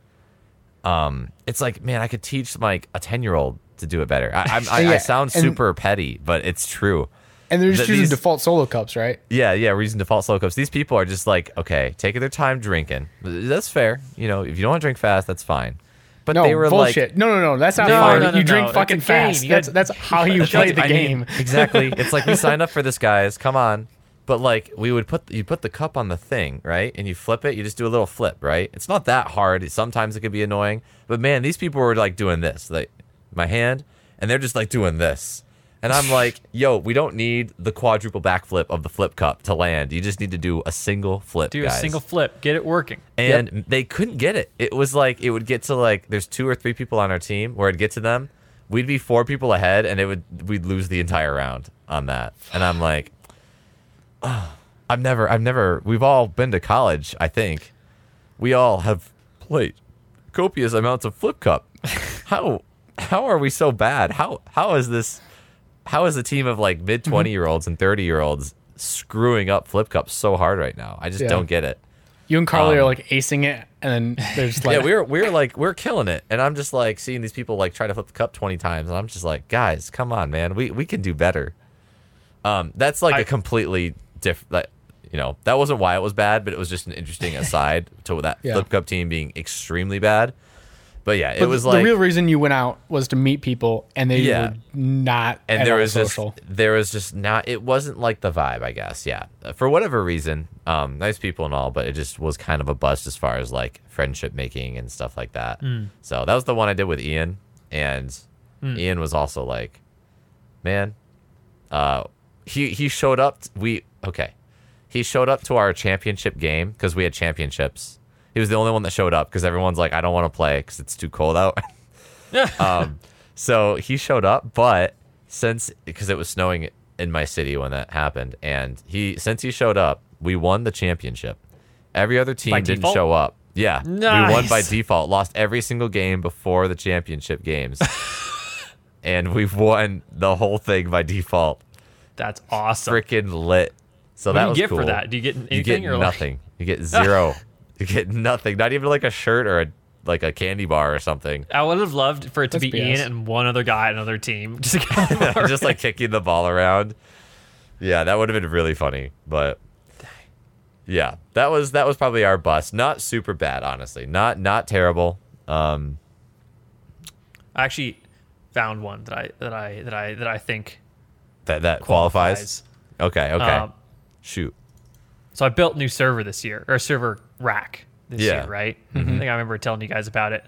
Um, it's like, man, I could teach like a ten year old to do it better. I, I'm- I, I
Yeah,
sound
and-
super petty, but it's true.
and they're just
Th-
using
these-
default solo cups, right?
Yeah, yeah, reason default slow cups. These people are just like, okay, taking their time drinking. That's fair. You know, if you don't want to drink fast, that's fine. But
No
they were
bullshit. no, no, no. That's not
No,
fine.
no,
no,
you
no.
drink
It's a
fucking
game.
fast.
You
That's
gotta-
that's how you
like,
play the
I mean,
game.
exactly. It's like we signed up for this, guys. Come on. But like we would put you put the cup on the thing, right? And you flip it, you just do a little flip, right? It's not that hard. Sometimes it could be annoying. But man, these people were like doing this. Like my hand, and they're just like doing this. And I'm like, yo, we don't need the quadruple backflip of the flip cup to land. You just need to do a single flip.
Do
guys.
a single flip, get it working.
and they couldn't get it. It was like it would get to like there's two or three people on our team where it'd get to them. We'd be four people ahead, and it would we'd lose the entire round on that. And I'm like, "Ah, I've never, I've never. We've all been to college, I think. We all have played copious amounts of flip cup. How how are we so bad? How how is this? How is a team of like mid twenty year olds and thirty year olds screwing up flip cup so hard right now? I just
Yeah.
don't get it.
You and Carly are like acing it, and then they're just like,
Um, yeah, we were we were like we are killing it, and I'm just like seeing these people like try to flip the cup twenty times, and I'm just like, guys, come on, man, we we can do better. Um, that's like a
I-
completely different. Like, you know, that wasn't why it was bad, but it was just an interesting aside to that
Yeah.
flip cup team being extremely bad. But yeah, it
But
was
the
like
real reason you went out was to meet people, and they
Yeah.
were not.
and
at
there
all
was just
social.
there was just not it wasn't like the vibe i guess yeah for whatever reason um nice people and all but it just was kind of a bust as far as like friendship making and stuff like that so that was the one i did with ian and ian was also like man uh he he showed up t- we okay he showed up to our championship game because we had championships he was the only one that showed up because everyone's like i don't want to play because it's too cold out um, so he showed up, but since because it was snowing in my city when that happened, and he since he showed up, we won the championship. Every other team
By
didn't
default?
show up. Yeah, we won by
Nice.
default. Lost every single game before the championship games, and we won the whole thing by default.
That's awesome.
Freaking lit. So
what
that
do you
was
get
cool.
for that? Do you get anything
You get
or like-
nothing. You get zero. you get nothing. Not even like a shirt or a like a candy bar or something.
I would have loved for it to
That's
be Ian
BS.
and one other guy, at another team. Just, like,
I'm just like kicking the ball around. Yeah, that would have been really funny, but yeah, that was that was probably our bust. Not super bad, honestly. Not not terrible. Um,
I actually found one that I that I that I that I think
that that qualifies.
qualifies.
Okay, okay.
Um,
Shoot.
So I built new server this year, or server rack this
Yeah.
year, right? I think I remember telling you guys about it.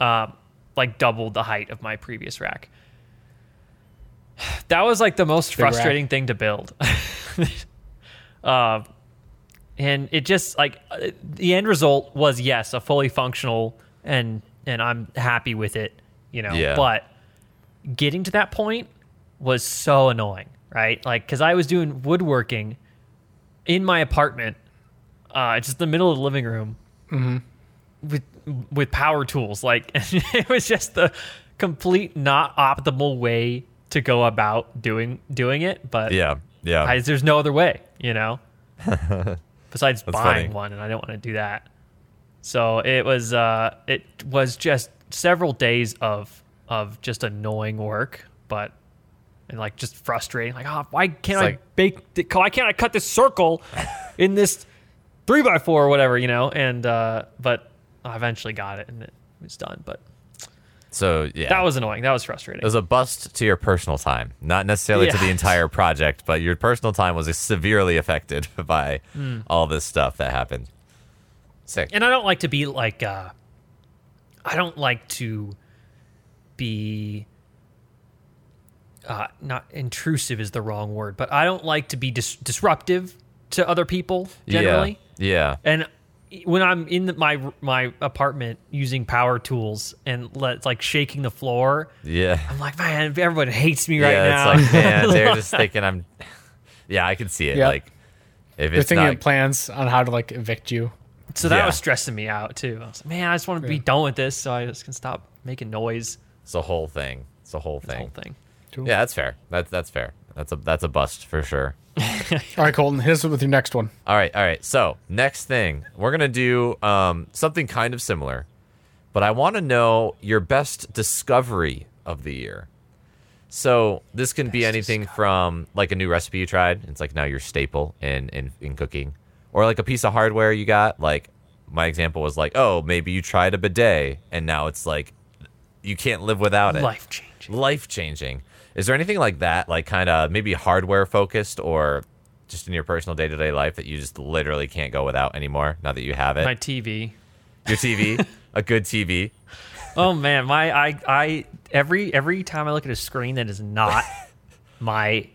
Um, like doubled the height of my previous rack. That was like the most
big rack.
frustrating thing to build. uh, and it just like uh, the end result was yes, a fully functional and and I'm happy with it, you know.
Yeah.
But getting to that point was so annoying, right? Like, because I was doing woodworking in my apartment, uh, just the middle of the living room with with power tools. Like, it was just the complete not optimal way to go about doing doing it. But
Yeah, yeah.
I, there's no other way, you know. Besides buying
funny.
one, and I don't want to do that. So it was uh, it was just several days of of just annoying work, but and like just frustrating. Like, oh, why can't I
like-
bake? The, why can't I cut this circle in this three by four or whatever, you know? And uh, but I eventually got it, and it was done. But
so yeah,
that was annoying. That was frustrating.
it was a bust to your personal time, not necessarily to the
Yeah.
entire project, but your personal time was severely affected by
Hmm.
all this stuff that happened. Sick.
and I don't like to be like uh I don't like to be uh not intrusive is the wrong word, but I don't like to be dis- disruptive to other people generally.
Yeah. yeah.
And when I'm in the, my my apartment using power tools and let, like shaking the floor,
Yeah.
I'm like, man, everyone hates me right
yeah,
now.
it's like man, they're just thinking I'm. Yeah, I can see it.
Yeah.
Like if
They're
it's
thinking
not,
of plans on how to like evict you.
so that
yeah.
was stressing me out too. I was like, man, I just want to be done with this, so I just can stop making noise.
it's a whole thing. It's a whole
The whole
thing.
thing.
Yeah, that's fair. That's that's fair. That's a that's a bust for sure.
All right, Colton, hit us with your next one.
All right, all right. So next thing we're gonna do um, something kind of similar, but I want to know your best discovery of the year. So this can be anything from like a new recipe you tried. It's like now your staple in, in in cooking, or like a piece of hardware you got. Like my example was like, oh, maybe you tried a bidet and now it's like you can't live without it
Life changing.
life changing. Is there anything like that, like kind of maybe hardware focused or just in your personal day to day life that you just literally can't go without anymore now that you have it?
My TV.
Your TV, a good TV.
Oh man, my I I every every time I look at a screen that is not my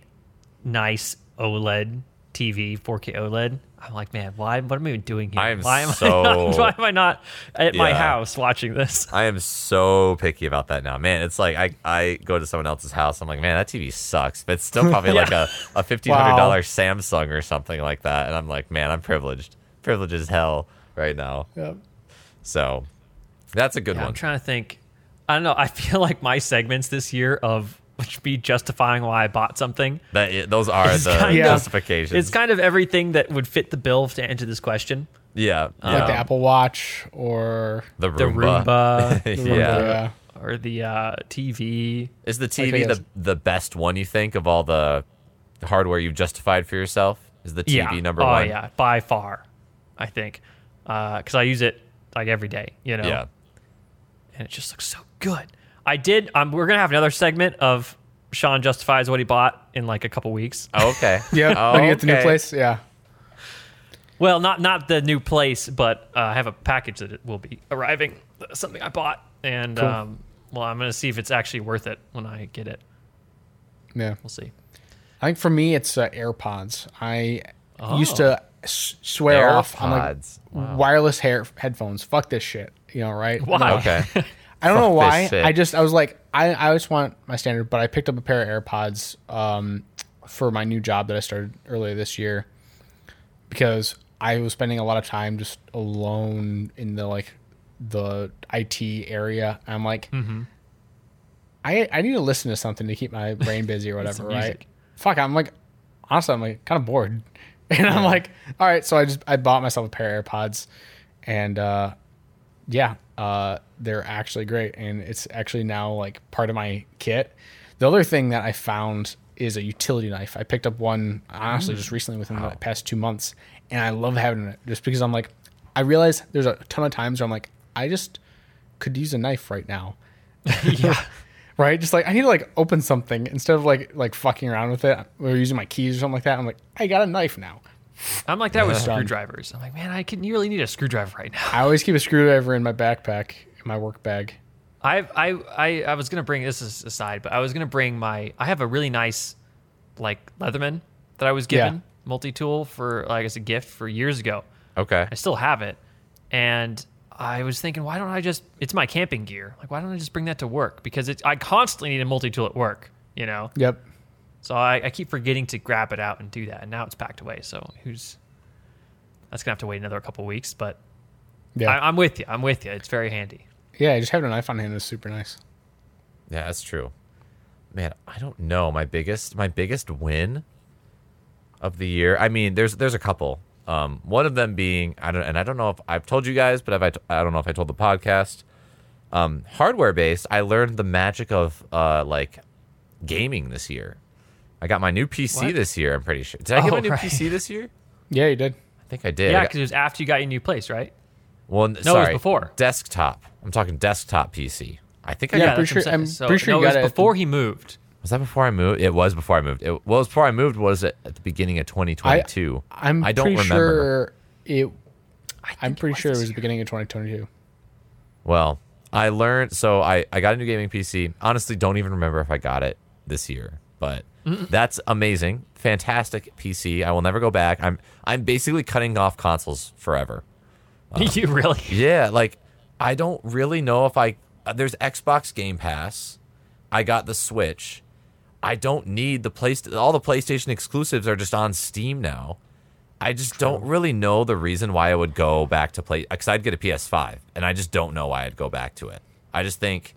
nice E OLED TV, 4K OLED, E I'm like, man, why? What am I even doing here?
I am
why am
so-
I not, why am I not at my
Yeah.
house watching this?
I am so picky about that now. Man, it's like I, I go to someone else's house. I'm like, man, that TV sucks. But it's still probably like a, a $1,500
Wow.
Samsung or something like that. And I'm like, man, I'm privileged. Privileged as hell right now.
Yep.
So that's a good
Yeah,
one.
I'm trying to think. I don't know. I feel like my segments this year of me justifying why I bought something.
that, those are
It's
the
kind
of-
justifications.
It's kind of everything that would fit the bill to answer this question.
yeah.
Like
yeah.
the Apple Watch or
The Roomba.
The Roomba
the
yeah.
Roomba,
or the uh, TV.
Is the TV
yes.
the the best one you think of all the hardware you've justified for yourself? Is the TV number
oh,
one?
yeah, by Uh, far, I think, because I use it like every day, you know.
Yeah.
and it just looks so good. I did. Um, we're gonna have another segment of Sean justifies what he bought in like a couple weeks.
Oh, okay.
Yeah,
Oh,
when you get the new
okay.
place, yeah.
Well, not not the new place, but uh, I have a package that will be arriving. uh, Something I bought, and um, well, I'm gonna see if it's actually worth it when I get it.
Yeah.
We'll see.
I think for me, it's uh, AirPods. I used to s- swear off on like
AirPods.
wireless hair headphones. Fuck this shit. You know, right?
Why?
Okay.
I don't know
Fuck this
why.
shit.
I just I was like I I just want my standard, but I picked up a pair of AirPods um, for my new job that I started earlier this year because I was spending a lot of time just alone in the like the IT area. I'm like, I I need to listen to something to keep my brain busy or whatever,
Some
right?
music.
Fuck, I'm like honestly, I'm like kind of bored, and I'm like, all right, so I just I bought myself a pair of AirPods, and uh, yeah, uh, they're actually great, and it's actually now like part of my kit. The other thing that I found is a utility knife. I picked up one honestly just recently within the past two months, and I love having it just because I'm like, I realize there's a ton of times where I'm like, I just could use a knife right now. yeah. Right, just like I need to like open something instead of like like fucking around with it or using my keys or something like that. I'm like, I got a knife now.
I'm like that with
Done.
screwdrivers. I'm like, man, I can. You really need a screwdriver right now.
I always keep a screwdriver in my backpack, in my work bag.
I I I, I was gonna bring this is aside, but I was gonna bring my. I have a really nice, like Leatherman that I was
Yeah.
given multi tool for like as a gift for years ago.
Okay.
I still have it, and I was thinking, why don't I just? It's my camping gear. Like, why don't I just bring that to work? Because it's I constantly need a multi tool at work. You know,
Yep.
so I, I keep forgetting to grab it out and do that, and now it's packed away. So who's? That's gonna have to wait another couple weeks, but
Yeah.
I, I'm with you. I'm with you. It's very handy.
Yeah, just having a knife on hand is super nice.
Yeah, that's true. Man, I don't know. My biggest my biggest win of the year. I mean, there's there's a couple. Um, one of them being I don't and I don't know if I've told you guys, but if I t- I don't know if I told the podcast. Um, hardware based, I learned the magic of uh like gaming this year. I got my new PC
What?
this year. I'm pretty sure. Did I get
Oh,
my new
right.
PC this year?
Yeah, you did.
I think I did. I
Yeah,
got-
because it was after you got your new place, right?
well, n- sorry,
before.
desktop. I'm talking desktop PC. I think I
Yeah,
got
pretty
that's what
sure-
saying.
I'm pretty sure
no,
you
it
got it
was
at the-
before he moved.
Was that before I moved? It was before I moved. It well, it was before I moved. Was it at the beginning of 2022?
I'm
I don't
pretty
remember.
sure it. I'm
think it
pretty
was
sure it
this
was the beginning of 2022.
Well, I learned. So I I got a new gaming PC. Honestly, don't even remember if I got it this year, but that's amazing, fantastic PC. I will never go back. I'm I'm basically cutting off consoles forever.
you really?
Yeah, like I don't really know if I uh, there's Xbox Game Pass. I got the Switch. I don't need the place. All the PlayStation exclusives are just on Steam now. I just don't really know the reason why I would go back to play because I'd get a PS5, and I just don't know why I'd go back to it. I just think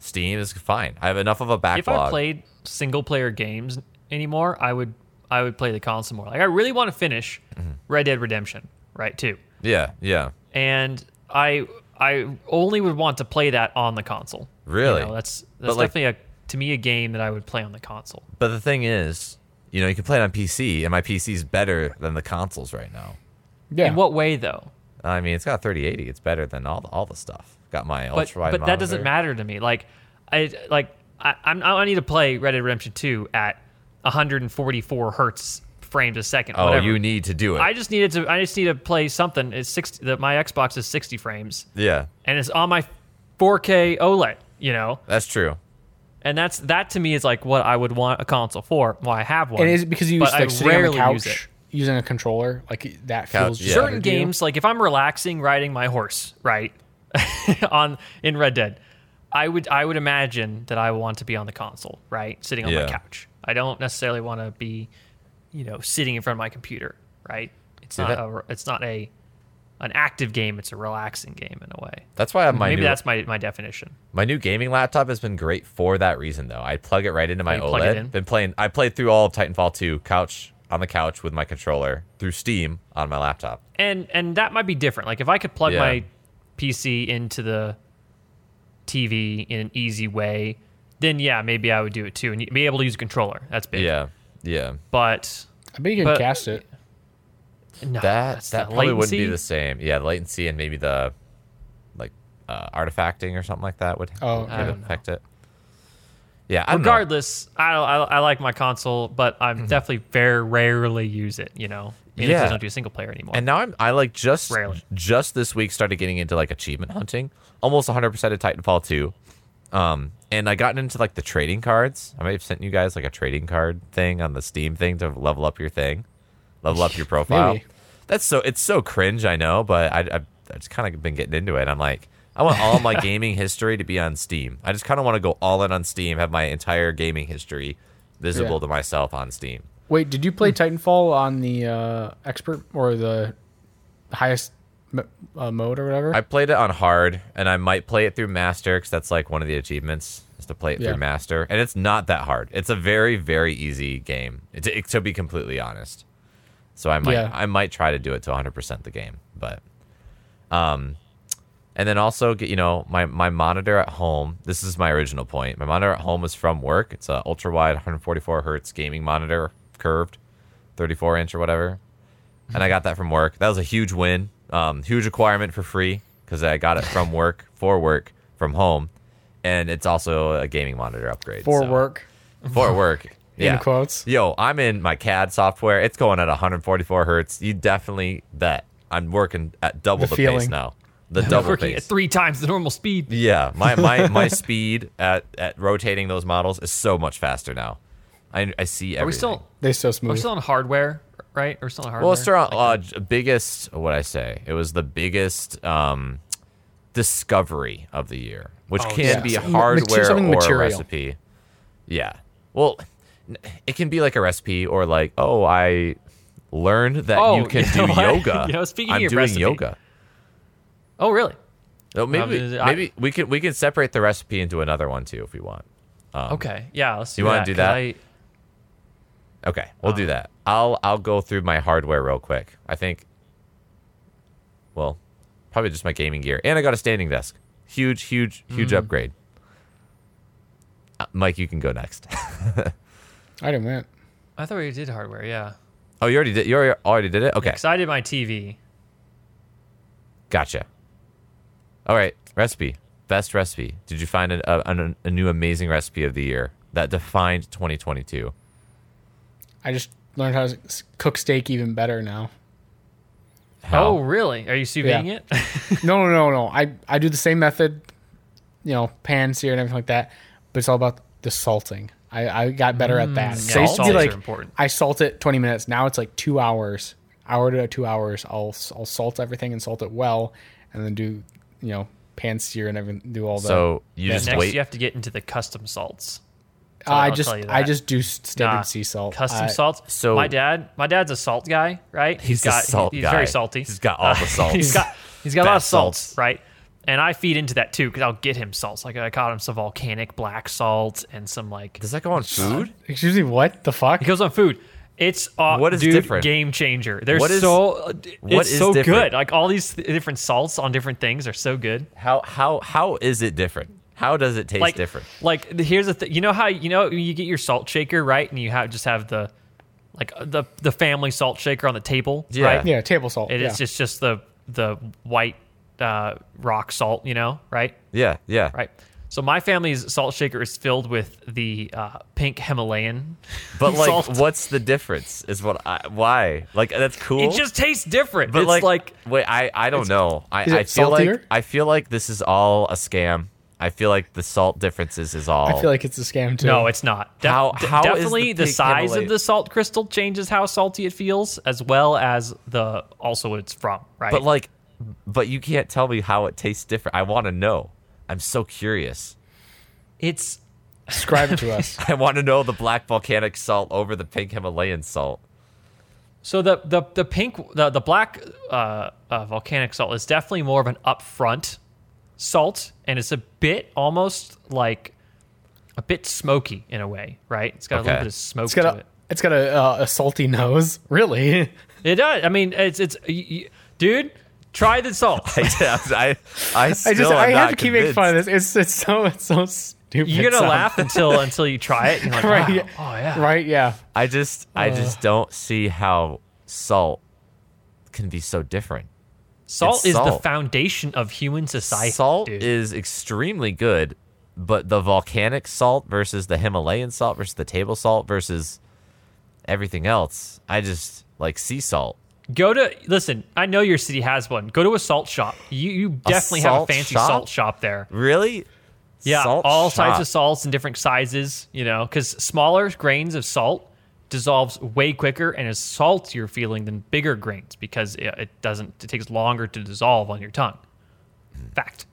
Steam is fine. I have enough of a backlog.
If I played single player games anymore, I would I would play the console more. Like I really want to finish Red Dead Redemption, right? Too,
yeah, yeah,
and I I only would want to play that on the console. You
Really?
know, that's
But,
that's
like-
definitely a to me a game that I would play on the console.
but the thing is, you know, you can play it on PC, and my PC's better than the consoles right now.
Yeah.
In what way though?
I mean, it's got a 3080. It's better than all all the stuff. Got my
but
ultra wide.
but that doesn't matter to me. Like I like I I'm, I need to play Red Dead Redemption Two at 144 hertz frames a second.
Oh,
whatever.
you need to do it.
I just needed to. I just need to play something. It's sixty. That my Xbox is sixty frames,
yeah,
and it's on my 4K OLED. E You know,
that's true.
and that's that to me is like what I would want a console for. Well, I have one.
and is it because you
but
used to, like
I
sitting on the
rarely use
couch using a controller? Like that
Couch,
feels just
yeah.
better
certain
to you?
games like if i'm relaxing riding my horse right on in red dead i would i would imagine that i want to be on the console right sitting on
Yeah.
my couch i don't necessarily want to be you know sitting in front of my computer right it's
See,
not
that-
a, it's not a an active game it's a relaxing game in a way
That's why my
maybe
new
that's my, my definition
my new gaming laptop has been great for that reason though. I plug it right into my
you
OLED.
plug it in?
Been playing. I played through all of Titanfall 2 couch on the couch with my controller through Steam on my laptop.
and and that might be different like if i could plug
Yeah.
my pc into the tv in an easy way then yeah maybe i would do it too and be able to use a controller that's big
Yeah, yeah.
but
I bet you can
but-
cast it.
no,
That
that's
that
the
probably wouldn't be
latency.
the same. Yeah, the latency and maybe the like uh, artifacting or something like that would,
Oh,
would
I
don't
affect it. Yeah, I don't know. Mm-hmm.
Regardless, I, I I like my console, but I am definitely very rarely use it. You know, and it
Yeah.
doesn't do single player anymore.
And now I'm I like just
Rarely.
just this week started getting into like achievement hunting, almost 100 percent of Titanfall 2. Um, and I gotten into like the trading cards. I might have sent you guys like a trading card thing on the Steam thing to level up your thing, level up your profile.
Maybe.
That's so it's so cringe, I know, but I I, I just kind of been getting into it. I'm like, I want all my gaming history to be on Steam. I just kind of want to go all in on Steam, have my entire gaming history visible
Yeah.
to myself on Steam.
Wait, did you play Titanfall on the uh, expert or the highest m- uh, mode or whatever?
I played it on hard, and I might play it through master because that's like one of the achievements is to play it
Yeah.
through master, and it's not that hard. It's a very very easy game it, it- to be completely honest. So I might
Yeah.
I might try to do it to 100 percent the game, but um, and then also get you know my my monitor at home. This is my original point. My monitor at home is from work. It's a ultra wide 144 hertz gaming monitor, curved, 34 inch or whatever and I got that from work. That was a huge win, um, huge acquirement for free because I got it from work for work from home, and it's also a gaming monitor upgrade
for
so-
work,
For work, yeah.
in quotes.
Yo, I'm in my CAD software. It's going at 144 hertz. You definitely bet I'm working at double the,
The
pace
feeling.
now. The
I'm
double
working
pace.
at three times the normal speed.
Yeah, my my, my speed at, at rotating those models is so much faster now. I, I see everything.
Are we still?
They so
We're
smooth.
still on hardware, right? We're still on hardware.
Well, it's around, uh, j- biggest. What I say, it was the biggest um, discovery of the year,
Oh,
which can
yeah.
be
Something mate-
hardware
something
or
material.
a recipe. Yeah. Well, n- it can be like a recipe or like, oh, I learned that
Oh,
you can
you know
do
what?
yoga.
You know, speaking of
I'm
your
doing
recipe.
yoga.
oh, really?
No,
Um,
maybe
is it- I-
maybe we can we can separate the recipe into another one too if we want.
Okay, yeah. Let's
um, You
do
wanna
that,
do
'cause
that?
I-
Okay, we'll
Um,
do that. I'll I'll go through my hardware real quick. I think. Well, probably just my gaming gear, and I got a standing desk. Huge, huge, huge
Mm-hmm.
upgrade. Uh, Mike, you can go next.
I didn't win.
I thought we did hardware. Yeah.
oh, you already did. You already, already did it. Okay,
Because I did my TV.
gotcha. All right, recipe. Best recipe. Did you find an, a, an, a new amazing recipe of the year that defined 2022?
I just learned how to s- cook steak even better now.
How?
Oh, really? Are you sous videing
Yeah.
it?
No, no, no, no. I I do the same method, you know, pan sear and everything like that. But it's all about the salting. I, I got better at that.
yeah,
So I used to be
Mm. salts are
like,
important.
I salt it twenty minutes. Now it's like two hours, hour to two hours. I'll I'll salt everything and salt it well, and then do you know pan sear and everything. Do all Uh, that.
so you just
Next,
wait.
you have to get into the custom salts.
Uh, I
I'll
just
tell you
I
that.
just do s- standard
Nah,
sea salt.
Custom
I-
salts.
So-
my dad, my dad's a salt guy, right?
He's a salt
he's
guy.
very salty.
He's got all the salts.
he's got he's got a lot of
Best salts.
salts, right? And I feed into that too because I'll get him salts. Like I got him some volcanic black salt and some like
Does that go on food?
Excuse me. What the fuck?
It goes on food. It's uh,
What is
dude,
different?
Game changer. They're
What is-
so it's
what is
so
different?
good. Like all these th- different salts on different things are so good.
How how how is it different? How does it taste
Like
different?
Like th- here's the thing. You know how you know you get your salt shaker right, and you have just have the like uh, the the family salt shaker on the table,
Yeah.
right?
Yeah, table salt.
It is
yeah.
just just the the white uh, rock salt, you know, right?
Yeah, yeah.
Right. So my family's salt shaker is filled with the uh, pink Himalayan,
But like,
salt.
what's the difference? Is what I why like that's cool.
It just tastes different.
but
it's
like,
like,
wait, I I don't know. I
is it
I feel like
saltier?
I feel like this is all a scam. I feel like the salt differences is all.
I feel like it's a scam too.
no, it's not. De-
How-
de-
how is
definitely
the
the,
pink
size
Himalayan-
of the salt crystal changes how salty it feels, as well as the also what it's from. Right.
but like, but you can't tell me how it tastes different. I want to know. I'm so curious.
it's
Describe it to us.
I want to know the black volcanic salt over the pink Himalayan salt.
So the the the pink the the black uh, uh, volcanic salt is definitely more of an upfront salt, and it's a bit almost like a bit smoky in a way, right? It's got a
Okay.
little bit of smoke
It's got
to
a
it.
it's got a, uh, a salty nose. Really?
It does. I mean, it's it's y y dude, try the salt.
I I I, still
I just
am
I
not
have to keep making fun
convinced.
of this. It's it's so it's so stupid.
You're gonna
um,
sound.
laugh until until you try it. You're like,
Right,
wow,
yeah.
oh yeah,
Right? Yeah.
I just I just don't see how salt can be so different.
Salt
It's
is the
salt.
foundation of human society.
salt
dude.
is extremely good, but the volcanic salt versus the Himalayan salt versus the table salt versus everything else, I just like sea salt.
Go to listen. I know your city has one. Go to a salt shop. You you definitely have a
salt
fancy
shop?
salt shop there.
Really?
Yeah,
Salt
all types
shop.
of salts in different sizes. You know, because smaller grains of salt dissolves way quicker and is saltier feeling than bigger grains because it, it doesn't. It takes longer to dissolve on your tongue. Fact.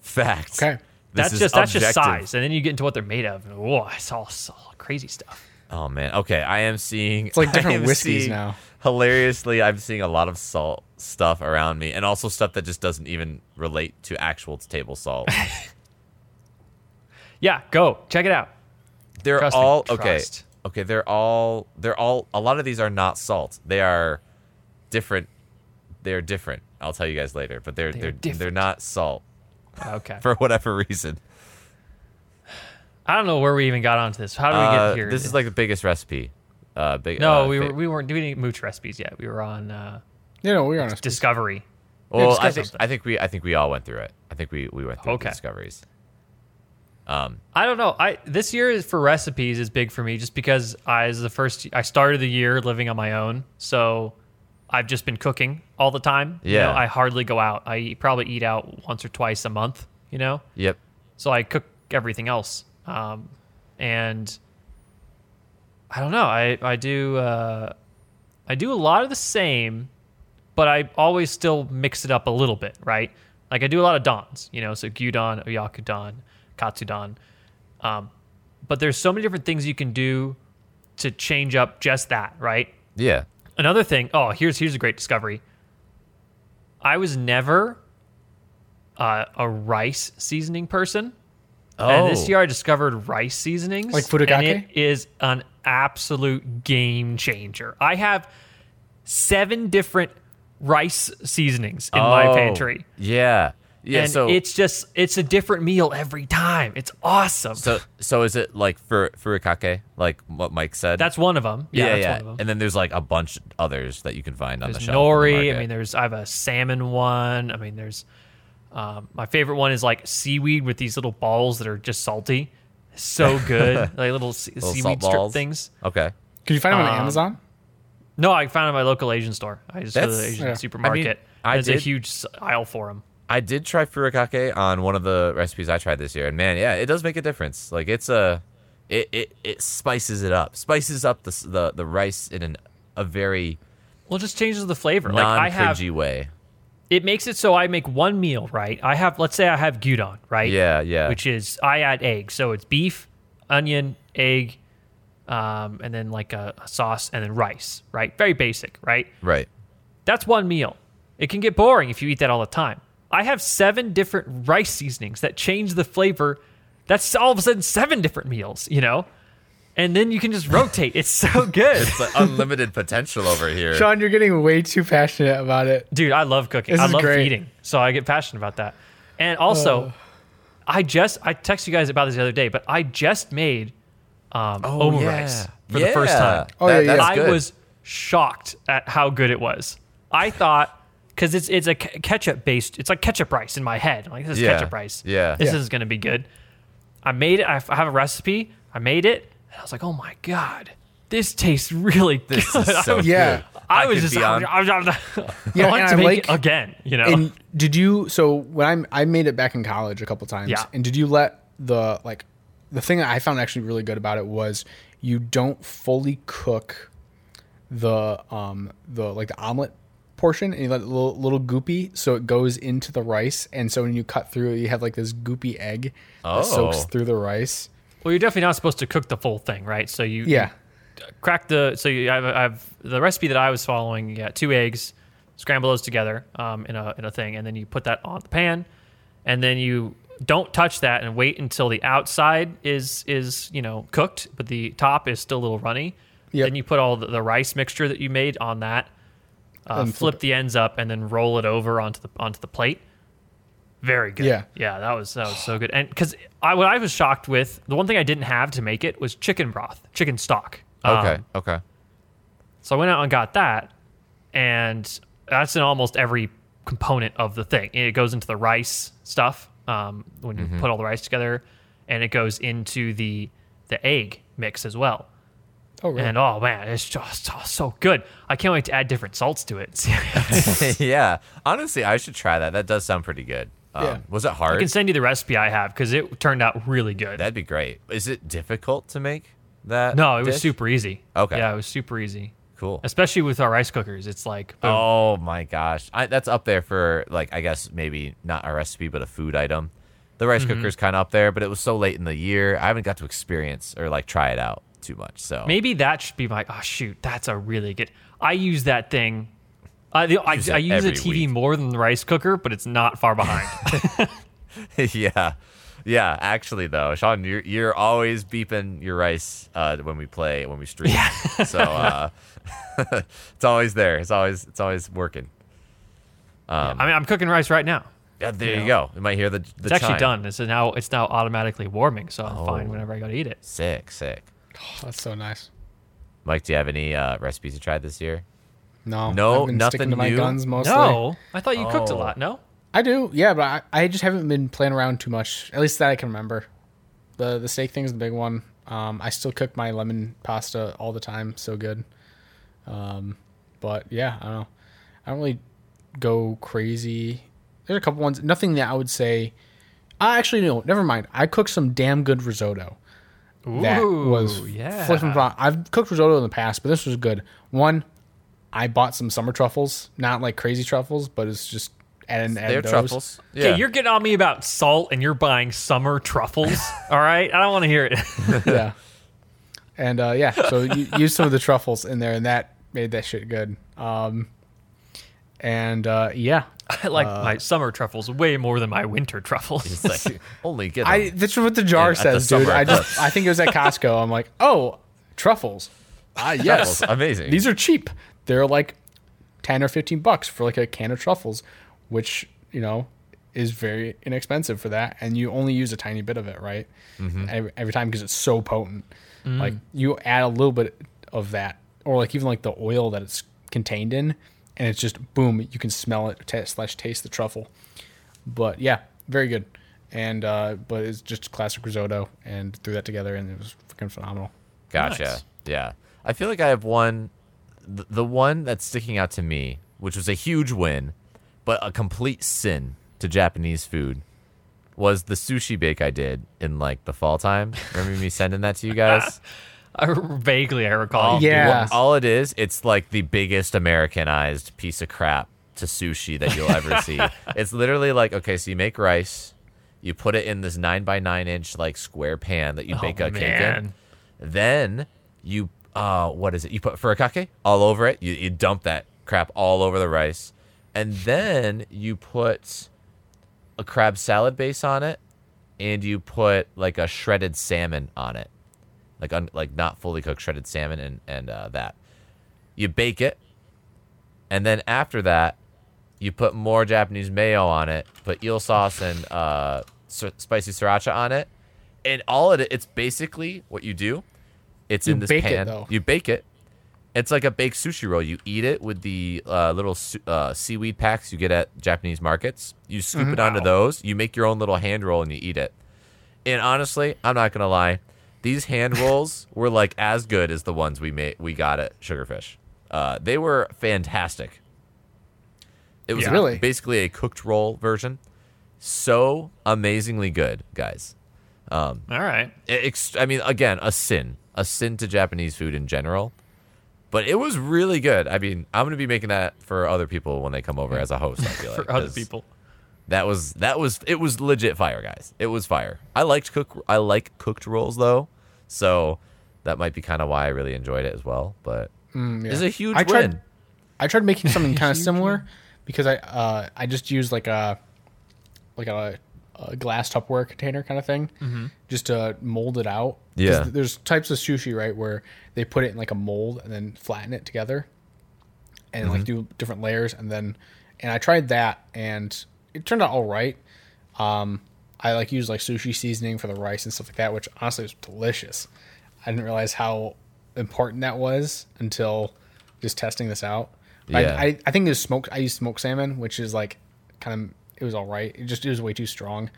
Fact.
Okay.
This
that's
is
just that's just
objective.
size, and then you get into what they're made of. and, Whoa, it's all, it's all crazy stuff.
Oh man. Okay, I am seeing. It's
like different whiskeys now.
Hilariously, I'm seeing a lot of salt stuff around me, and also stuff that just doesn't even relate to actual table salt.
Yeah, go check it out.
They're
Trust me,
all okay.
trust.
Okay, they're all they're all a lot of these are not salt. They are different. They're different. I'll tell you guys later, but they're
They are
they're they're,
different.
not salt
Okay.
for whatever reason.
I don't know where we even got onto this. How did we
Uh,
get here?
this is like the biggest recipe. Uh, big.
no,
uh,
we
fa-
were, we weren't doing any mooch recipes yet. We were on uh,
You know, we're on a
Discovery.
Well, I
discuss
think
something.
I think we I think we all went through it. I think we we went through
Okay.
the discoveries.
I don't know. I this year is for recipes is big for me just because I is the first I started the year living on my own, so I've just been cooking all the time. You know,
Yeah.
I hardly go out. I eat- probably eat out once or twice a month. You know.
Yep.
so I cook everything else. Um, and I don't know. I I do uh, I do a lot of the same, but I always still mix it up a little bit, right? Like I do a lot of dons, you know, so gyudon, oyakodon, katsudon. Um, but there's so many different things you can do to change up just that, right?
Yeah.
another thing oh here's here's a great discovery i was never uh, a rice seasoning person and
Oh.
this year i discovered rice seasonings
Like furikake?
and it is an absolute game changer i have seven different rice seasonings in my
Oh,
pantry
Yeah. Yeah.
and
so
it's just it's a different meal every time it's awesome
so so is it like for furikake, like what Mike said?
that's one of them yeah,
yeah,
that's
yeah.
one of them
And then there's like a bunch others that you can find on
there's
the shelf. in the
nori. I
market.
mean, there's I have a salmon one. I mean, there's um, my favorite one is like seaweed with these little balls that are just salty. So good, like little, se-
Little salt
seaweed strip
balls.
things.
okay.
Could you find them on
Um,
Amazon?
No, I found it at my local Asian store. I just go to the
That's-
Asian
yeah.
supermarket.
I mean, I
There's a
did-
huge s- aisle for them.
I did try furikake on one of the recipes I tried this year, and man, yeah, it does make a difference. Like it's a, it it, it spices it up, spices up the s- the, the rice in an, a very
Well, it just changes the flavor. Like I
non
have,
cringy way.
it makes it so I make one meal, right? I have, let's say I have gyudon, right?
Yeah, yeah.
Which is I add egg, so it's beef, onion, egg, um, and then like a, a sauce, and then rice, right? Very basic, right?
right.
That's one meal. It can get boring if you eat that all the time. I have seven different rice seasonings that change the flavor. That's all of a sudden seven different meals, you know? And then you can just rotate. It's so good.
It's like unlimited potential over here.
Sean, you're getting way too passionate about it.
Dude, I love cooking.
This
I
is
love
great. Uh.
eating. So I get passionate about that. And also, I just I texted you guys about this the other day, but I just made um omurice for the first time.
Oh,
That-
yeah, yeah.
that's
I
good.
was shocked at how good it was. I thought because it's it's a ketchup based, it's like ketchup rice in my head. I'm like this is
Yeah.
ketchup rice.
Yeah.
this
Yeah.
is gonna be good. I made it. I f- I have a recipe. I made it, and I was like, oh my god, this tastes really
This
good.
is so
I,
Yeah.
good.
I was
could
just
be on-
I, was- I, was-
Yeah,
I want
and
to
I like-
make it again. You know,
And did you? So when I'm, I made it back in college a couple times.
Yeah.
And did you let the like the thing that I found actually really good about it was you don't fully cook the um the like the omelet portion and you let it a little, little goopy so it goes into the rice and so when you cut through it you have like this goopy egg
Oh.
that soaks through the rice.
well, you're definitely not supposed to cook the full thing, right? So you
Yeah.
crack the so you, I've, I've the recipe that I was following. You got two eggs, scramble those together um, in a in a thing, and then you put that on the pan, and then you don't touch that and wait until the outside is is you know cooked, but the top is still a little runny.
Yep.
Then you put all the, the rice mixture that you made on that, uh,
And
flip,
flip it.
the ends up, and then roll it over onto the onto the plate. Very good.
Yeah.
yeah, that was that was so good. And because I what I was shocked with the one thing I didn't have to make it was chicken broth, chicken stock. Um,
Okay. okay.
so I went out and got that, and that's in almost every component of the thing. It goes into the rice stuff um, when
Mm-hmm.
you put all the rice together, and it goes into the the egg mix as well.
Oh, really?
Eh.
And oh man, it's just oh, so good. I can't wait to add different salts to it. I
yeah. Honestly, I should try that. That does sound pretty good. Um,
Yeah.
Was it hard?
can send you the recipe I have because it turned out really good.
That'd be great. Is it difficult to make that?
no, it was
dish?
super easy.
Okay.
Yeah, it was super easy.
cool.
Especially with our rice cookers. It's like boom.
Oh my gosh, I, that's up there for like I guess maybe not a recipe but a food item. The rice
Mm-hmm.
cooker's kind of up there, but it was so late in the year, I haven't got to experience or like try it out too much. So
Maybe that should be my. Oh shoot, that's a really good. I use that thing. I the, I,
Use
I
it
use a
every
TV
week.
more than the rice cooker, but it's not far behind.
yeah, yeah. Actually, though, Sean, you're you're always beeping your rice uh, when we play when we stream. so uh, it's always there. It's always it's always working.
I mean, I'm cooking rice right now.
Yeah, there you go. You might hear the Um, the
It's actually
chime.
done. It's now it's now automatically warming, so I'm fine
Oh.
whenever I go to eat it.
Sick, sick.
Oh, that's so nice.
Mike, do you have any uh, recipes you tried this year?
No,
No,
I've been
nothing
sticking to my
new?
guns mostly.
No, I thought you cooked a
Oh.
lot. No,
I do, yeah, but I, I just haven't been playing around too much. At least that I can remember. The the steak thing is the big one. Um, I still cook my lemon pasta all the time, so good. Um, but yeah, I don't know. I don't really go crazy. There's a couple ones, nothing that I would say. I actually no, never mind. I cooked some damn good risotto. that was
Ooh, yeah.
flipping fun. I've cooked risotto in the past, but this was good. One, I bought some summer truffles, not like crazy truffles, but it's just and and
They're
those.
truffles.
Okay, you're getting on me about salt, and you're buying summer truffles. all right, I don't want to hear it.
yeah. And uh, yeah, so you use some of the truffles in there, and that made that shit good. Um, and uh, yeah,
I like
Uh,
my summer truffles way more than my winter truffles.
It's like, only get them.
I that's what the jar
At the
says, dude.
summer
I
house.
just I think it was at Costco. I'm like, oh, truffles. Ah, yes,
Truffles, amazing.
These are cheap. They're like ten or fifteen bucks for like a can of truffles, which you know is very inexpensive for that, and you only use a tiny bit of it, right? Every, every time because it's so potent. Like you add a little bit of that, or like even like the oil that it's contained in, and it's just boom, you can smell it ta slash taste the truffle but yeah, very good. And uh, but it's just classic risotto, and threw that together, and it was freaking phenomenal.
Gotcha.
Nice.
Yeah. I feel like I have one, th- the one that's sticking out to me, which was a huge win, but a complete sin to Japanese food, was the sushi bake I did in like the fall time. Remember me sending that to you guys?
I, vaguely, I recall.
yeah.
Well, all it is, it's like the biggest Americanized piece of crap to sushi that you'll ever see. It's literally like, okay, so you make rice, you put it in this nine by nine inch like square pan that you bake a
man.
cake in. Then you uh what is it? You put furikake all over it. You you dump that crap all over the rice. And then you put a crab salad base on it and you put like a shredded salmon on it like un, like not fully cooked shredded salmon and and uh, that you bake it and then after that you put more japanese mayo on it put eel sauce and uh, s- spicy sriracha on it and all of it it's basically what you do it's
You
in this
bake it,
pan
though.
you bake it it's like a baked sushi roll. You eat it with the uh, little su- uh, seaweed packs you get at Japanese markets. You scoop it
Mm-hmm.
onto those. You make your own little hand roll and you eat it. And honestly, I'm not gonna lie, these hand rolls were like as good as the ones we made. We got at Sugarfish. Uh, they were fantastic. It was
Yeah. Really?
basically a cooked roll version. So amazingly good, guys.
All right.
It ex- I mean, again, a sin, a sin to Japanese food in general. But it was really good. I mean, I'm gonna be making that for other people when they come over as a host. I feel like
For other
'cause
people.
that was that was it was legit fire, guys. It was fire. I liked cook. I like cooked rolls though, so that might be kind of why I really enjoyed it as well. But it's a huge
Mm, I tried.
win.
I tried making something kind of similar because I uh, I just used like a like a, a glass Tupperware container kind of thing, just to mold it out. 'Cause
Yeah.
there's types of sushi right where they put it in like a mold and then flatten it together, and like do different layers, and then and I tried that and it turned out all right. Um, I like used like sushi seasoning for the rice and stuff like that, which honestly was delicious. I didn't realize how important that was until just testing this out. Like,
Yeah.
I, I think it was smoked. I used smoked salmon, which is like kind of it was all right. It just it was way too strong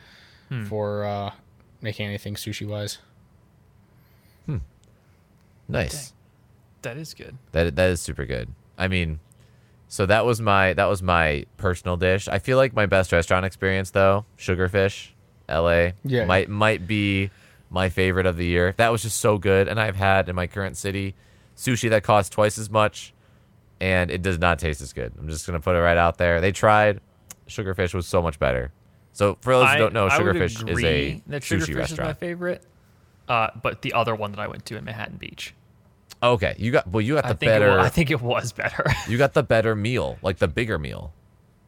for uh, making anything sushi wise.
Nice.
That is good.
That that is super good. I mean, so that was my that was my personal dish. I feel like my best restaurant experience though, Sugarfish, L.A.
Yeah.
might might be my favorite of the year. That was just so good, and I've had in my current city sushi that costs twice as much, and it does not taste as good. I'm just gonna put it right out there. They tried, Sugarfish was so much better. So for those who don't know,
I would
Sugarfish is a
agree that
sushi
Sugarfish is my
restaurant.
favorite. Uh, but the other one that I went to in Manhattan Beach,
okay, you got well, you got the
I think, it
better.
was, I think it was better.
you got the better meal, like the bigger meal.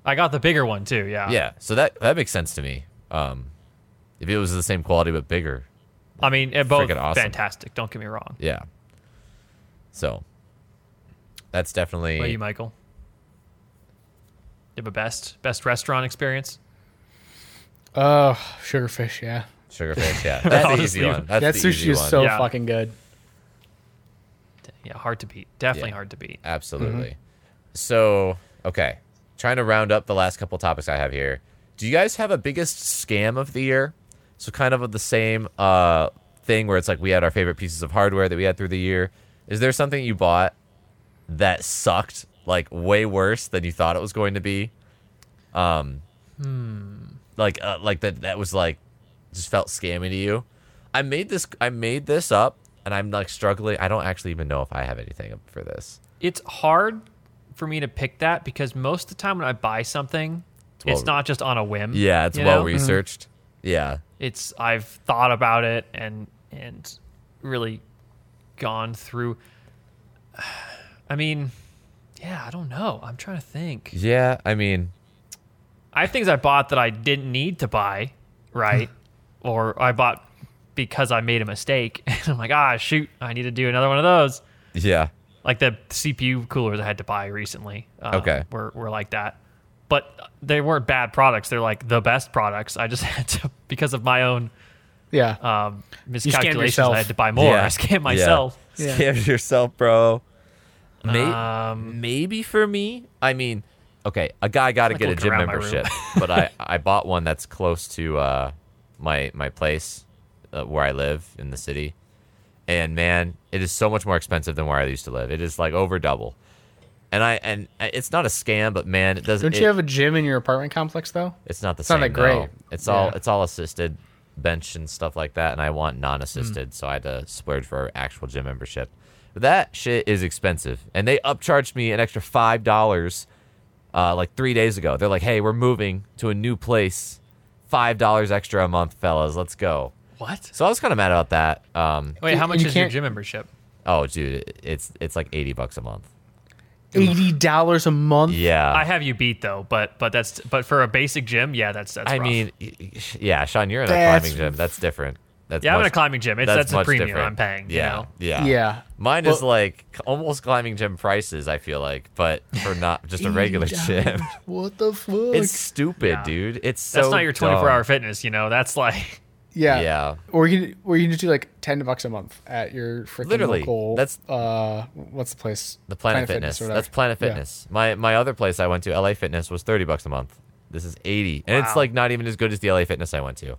I got the bigger one too. Yeah.
Yeah, so that that makes sense to me. Um, if it was the same quality but bigger,
I mean, they're both
Freaking awesome.
fantastic. Don't get me wrong.
yeah. So that's definitely
What about you, Michael? You have a best best restaurant experience.
Uh, sugarfish, yeah.
sugarfish. Yeah, that's the easy
Honestly,
one. That's
that
the
sushi
easy
is
one.
so
Yeah.
fucking good.
Yeah, hard to beat. Definitely
Yeah.
hard to beat.
Absolutely. So okay, trying to round up the last couple topics I have here. Do you guys have a biggest scam of the year? So kind of of the same uh, thing where it's like we had our favorite pieces of hardware that we had through the year. Is there something you bought that sucked like way worse than you thought it was going to be? Um, like uh, like that that was like just felt scammy to you. I made this I made this up and I'm like struggling. I don't actually even know if I have anything for this.
It's hard for me to pick that because most of the time when I buy something, it's,
well-
not just on a whim.
Yeah, it's
you
well
know? Mm-hmm.
researched. Yeah.
It's I've thought about it and and really gone through. I mean, yeah, I don't know. I'm trying to think.
Yeah, I mean,
I have things I bought that I didn't need to buy, right? or I bought because I made a mistake, and I'm like, ah, shoot, I need to do another one of those.
yeah.
Like the CPU coolers I had to buy recently. Um,
Okay.
were were like that, but they weren't bad products. They're like the best products. I just had to because of my own
Yeah.
Uh,
um, miscalculations.
yourself.
I had to buy more.
Yeah.
I scammed
Yeah.
myself.
Yeah.
Scam yourself, bro. May-
Um,
maybe for me, I mean, okay, a guy got to
like
get a
looking
gym
around my room.
membership, but I I bought one that's close to uh my my place uh, where I live in the city. And man, it is so much more expensive than where I used to live. It is like over double. And I and uh, it's not a scam, but man, it doesn't
Don't you have a gym in your apartment complex though?
It's not the
not
same.
that great.
though. It's all
Yeah.
it's all assisted bench and stuff like that, and I want non-assisted,
Mm.
so I had to splurge for actual gym membership. But that shit is expensive, and they upcharged me an extra five dollars, uh, like three days ago. They're like, "Hey, we're moving to a new place, five dollars extra a month, fellas. Let's go."
what?
So I was kind of mad about that. Um,
Wait, how
You-
much
you
is your
can't-
gym membership?
oh, dude, it- it's it's like eighty bucks a month.
Eighty dollars a month.
Mm. Yeah,
I have you beat though, but but that's but for a basic gym, yeah, that's that's.
I
rough.
mean, yeah, Sean, you're in a
That's-
climbing gym. That's different. That's
Yeah, I'm in a
much-
climbing gym. It's that's, a
much
premium
different.
I'm paying. you
Yeah,
know?
yeah,
Yeah.
Mine is like almost climbing gym prices. I feel like, but for not just a regular gym.
What the fuck?
It's stupid,
Yeah.
dude. It's so
That's not your 24
dumb.
hour fitness. You know, that's like
yeah.
Yeah.
Or you can or you can just do like ten bucks a month at your freaking
Literally,
local.
that's-
uh, what's the place?
The Planet, Fitness.
or whatever.
That's Planet
Yeah.
Fitness. My my other place I went to, LA Fitness, was thirty bucks a month. This is eighty, and it's
Wow.
like not even as good as the LA Fitness I went to.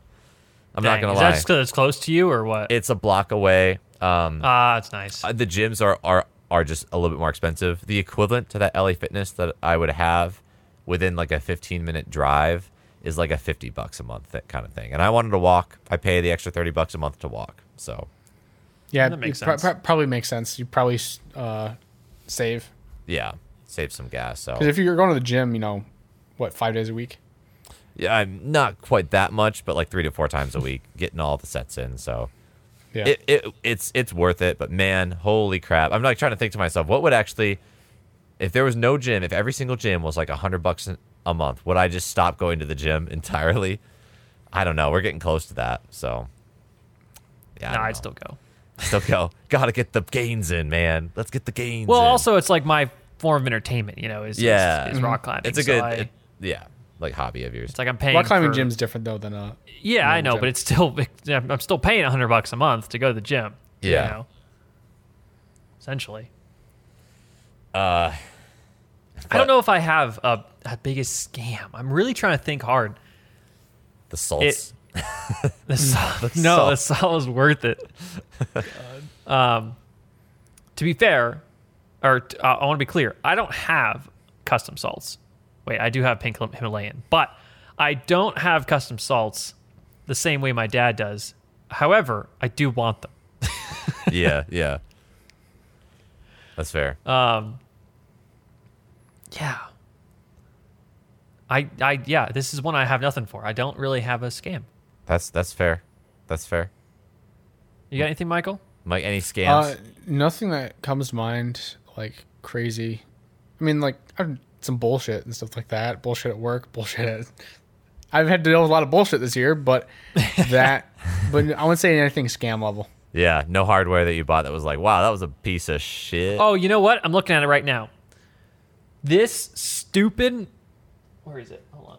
I'm not
dang,
gonna
is
lie.
that just 'cause it's close to you or what?
it's a block away. Um,
Ah, it's nice.
Uh, the gyms are are are just a little bit more expensive. The equivalent to that LA Fitness that I would have within like a 15 minute drive is like a 50 bucks a month that kind of thing. And I wanted to walk. I pay the extra 30 bucks a month to walk. So
Yeah,
That makes
it pro-
sense.
pro- probably makes sense. You probably uh, save
yeah, save some gas. So
because if you're going to the gym, you know, what five days a week?
yeah, I'm not quite that much, but like three to four times a week, getting all the sets in. So
Yeah,
it, it it's it's worth it. But man, holy crap! I'm like trying to think to myself, what would actually, if there was no gym, if every single gym was like a hundred bucks a month, would I just stop going to the gym entirely? I don't know. We're getting close to that, so yeah, I
no,
don't
I'd
know.
still go.
still go. Gotta get the gains in, man. Let's get the gains.
Well,
in.
also it's like my form of entertainment. You know, is is-
Yeah. Mm-hmm.
is, rock climbing.
it's a
so
good,
I-
it- yeah, like hobby of yours.
it's like I'm paying.
rock climbing
for-
gym's different though than uh,
Yeah, I know,
gym.
but it's still I'm still paying 100 bucks a month to go to the gym. you
Yeah.
Uh, know? Essentially, I don't know if I have a, a biggest scam. I'm really trying to think hard.
The salts.
The salt, no, Mm. the salt was worth it. um, to be fair, or t- uh, I want to be clear, I don't have custom salts. Wait, I do have pink Him- Himalayan, but I don't have custom salts the same way my dad does. However, I do want them.
yeah, yeah. That's fair.
Uh, Yeah. I, I, yeah, this is one I have nothing for. I don't really have a scam.
that's that's fair. That's fair.
You got anything, Michael?
Mike, any scams?
Uh, nothing that comes to mind like crazy. I mean, like I've some bullshit and stuff like that. Bullshit at work. Bullshit. At, I've had to deal with a lot of bullshit this year, but that. but I wouldn't say anything scam level.
yeah, no hardware that you bought that was like, wow, that was a piece of shit.
Oh, you know what? I'm looking at it right now. This stupid. Where is it? Hold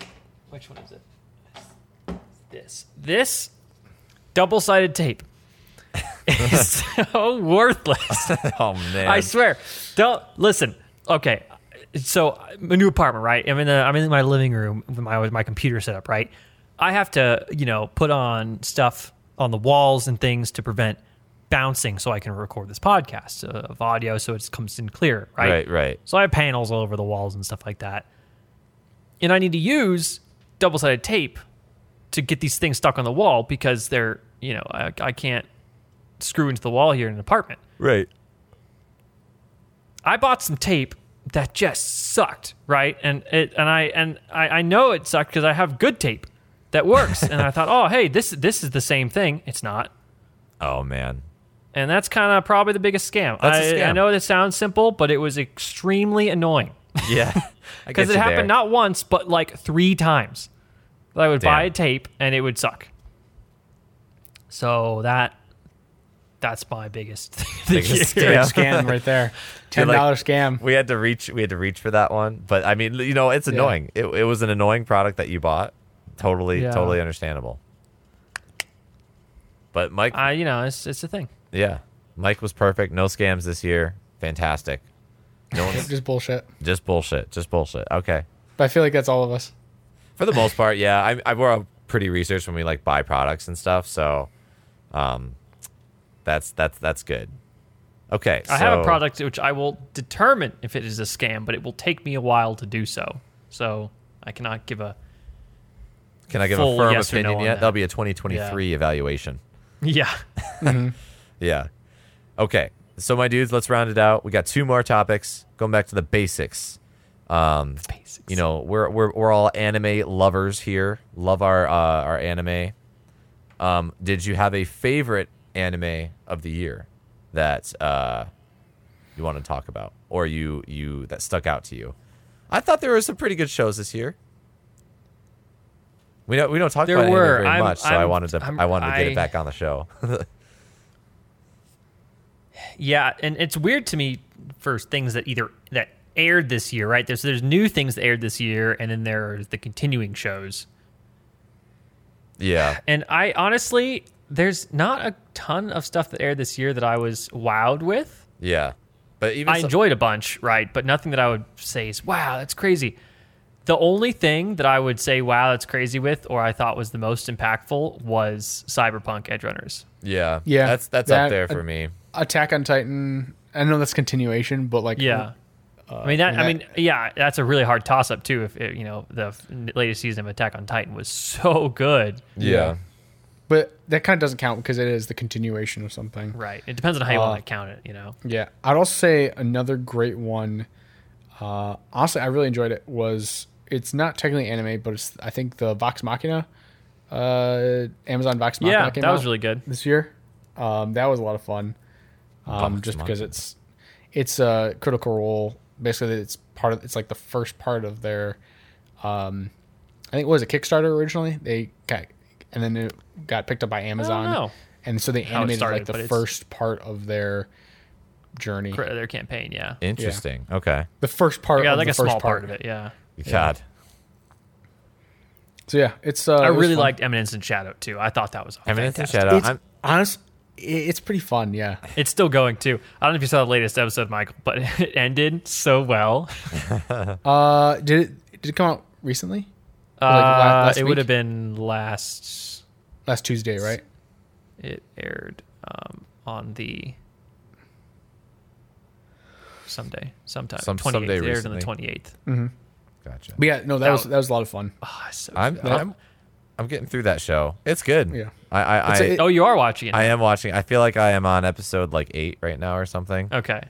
on. Which one is it? This. This double sided tape is so worthless.
Oh, man.
I swear. Don't listen. Okay, so I'm a new apartment, right? I'm in the, I'm in my living room with my with my computer set up, right? I have to you know put on stuff on the walls and things to prevent bouncing, so I can record this podcast uh, of audio, so it comes in clear, right?
right, right.
So I have panels all over the walls and stuff like that. And I need to use double sided tape to get these things stuck on the wall because they're, you know, I, I can't screw into the wall here in an apartment.
Right.
I bought some tape that just sucked, right? And it and I and I, I know it sucked because I have good tape that works. and I thought, oh hey, this this is the same thing. It's not.
Oh, man.
And that's kind of probably the biggest scam.
That's a
I- I
scam.
know this sounds simple, but it was extremely annoying.
Yeah. I get
because it
you
happened
there.
not once but like three times that i would buy
Damn.
a tape and it would suck so that that's my biggest thing
Biggest
here.
scam. Yeah.
Scam right there.
You're
Ten
like-
dollar scam.
we had to reach we had to reach for that one but i mean you know it's annoying it, it was an annoying product that you bought totally
Yeah.
totally understandable but mike
i you know it's, it's a thing
yeah mike was perfect no scams this year fantastic no one's
Just bullshit.
just bullshit just bullshit okay
But I feel like that's all of us.
for the most part yeah i, I we're all pretty researched when we like buy products and stuff so um that's that's that's good okay
i have a
so-
product which i will determine if it is a scam but it will take me a while to do so so i cannot give a
can i give a
full
firm
yes or no
opinion
on
yet
that.
that'll be a 2023 evaluation
yeah
Yeah. Okay. So my dudes, let's round it out. We got two more topics. Going back to the basics. Um,
basics
you know, we're we're we're all anime lovers here. Love our uh, our anime. Um, did you have a favorite anime of the year that uh, you want to talk about, or you you that stuck out to you? I thought there were some pretty good shows this year. We don't we don't talk
There
about
were.
anime very
I'm-
much, so i
I'm-
wanted to
I'm-
i wanted to get
I-
it back on the show.
Yeah, and it's weird to me for things that either that aired this year, right? There's there's new things that aired this year, and then there's the continuing shows.
yeah.
And I honestly, there's not a ton of stuff that aired this year that I was wowed with.
Yeah, but even
I
so-
enjoyed a bunch, right? But nothing that I would say is wow, that's crazy. The only thing that I would say wow, that's crazy with, or I thought was the most impactful, was Cyberpunk Edge Runners.
Yeah,
Yeah,
that's that's
that-
up there for me.
Attack on Titan. I know that's continuation, but like
Yeah. I mean that, Uh, I
and
mean, yeah, that's a really hard toss-up too. If it, you know the f- latest season of Attack on Titan was so good,
Yeah,
But that kind of doesn't count because it is the continuation of something.
right? It depends on how you
Uh,
want to count it, you know.
Yeah, I'd also say another great one. Uh, honestly, I really enjoyed it. Was it's not technically anime, but it's I think the Vox Machina, uh, Amazon Vox Machina.
Yeah,
came
that was
out
really good.
this year. Um, that was a lot of fun. Um,
Vox
just because
Machina.
it's it's a critical role. Basically, it's part of it's like the first part of their. Um, I think it was a Kickstarter originally. They got and then it got picked up by Amazon.
know
And so they
it
animated
started,
like
but
the
it's-
first part of their journey.
Cr- Their campaign, yeah,
interesting. Okay,
The first part.
yeah,
of
like
the
a
first
small part of it, yeah.
God,
So yeah, it's. Uh,
I
it was
really
fun. uh,
liked Eminence and Shadow too. I thought that was
Eminence and
fantastic.
Shadow.
It's
I'm
honest. i- it's pretty fun. Yeah,
It's still going too. I don't know if you saw the latest episode, Michael, but it ended so well.
uh, did it did it come out recently? Or, like, la-
Uh,
last
it would
week?
have been last.
last Tuesday, right?
It aired um, on the someday, sometime,
Some-
28th.
someday
it aired on the
recently. Mm.
28th.
Gotcha.
But yeah, no, that
That
was
w-
that was a lot of fun.
Oh, it's so
I'm,
good.
I'm I'm getting through that show. It's good.
Yeah.
I I I,
It's a- it-
oh, you are watching it.
I am watching. I feel like I am on episode like eight right now or something.
okay,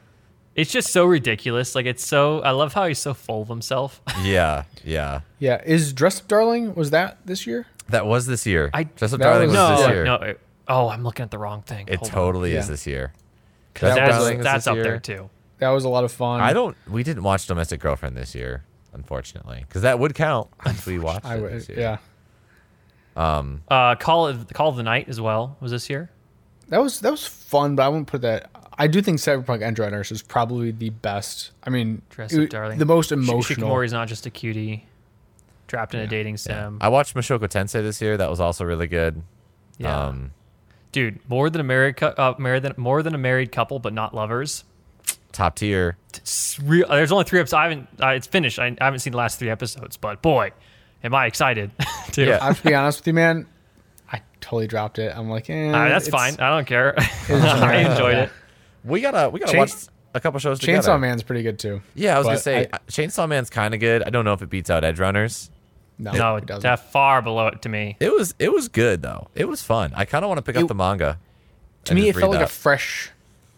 it's just so ridiculous. Like it's so. I love how he's so full of himself.
Yeah, yeah.
Yeah, is Dress Up Darling was that this year?
That was this year.
I
Dress Up
that
Darling
was-
was
no,
this year.
no. it- oh, I'm looking at the wrong thing.
It
Hold on.
totally is
Yeah.
this year.
'Cause
Dress Up
that's,
Darling is
that's
this
up
year.
there too.
That was a lot of fun.
I don't. We didn't watch Domestic Girlfriend this year, unfortunately, because that would count if we watched
I
it
would.
this year.
Yeah,
Uh, Call of, Call of the Night as well was this year.
that was that was fun. But I wouldn't put that. I do think Cyberpunk Edge Runners is probably the best. I mean,
Dress
it-
up, darling.
the most
Sh-
emotional.
Shikamori's not just a cutie trapped in a dating sim.
I watched Mashoko Tensei this year. That was also really good.
Yeah.
Um,
dude, more than a married, cou- uh, married than, more than a married couple, but not lovers.
top tier.
It's real, there's only three episodes. I haven't. Uh, it's finished. I, I haven't seen the last three episodes, but boy, am I excited! too.
Yeah.
I have to be honest with you, man. I totally dropped it. I'm like, eh,
Uh,
it's-
that's fine. I don't care. I enjoyed it.
We gotta we gotta
Chain-
watch a couple shows
Chainsaw
together.
Man's pretty good too.
Yeah, I was
But
gonna say
I-
uh, Chainsaw Man's kind of good. I don't know if it beats out Edge Runners.
no,
No,
it doesn't.
that far below it to me.
It was it was good though. It was fun. I kind of want to pick
It-
up the manga.
to me, it felt like a fresh,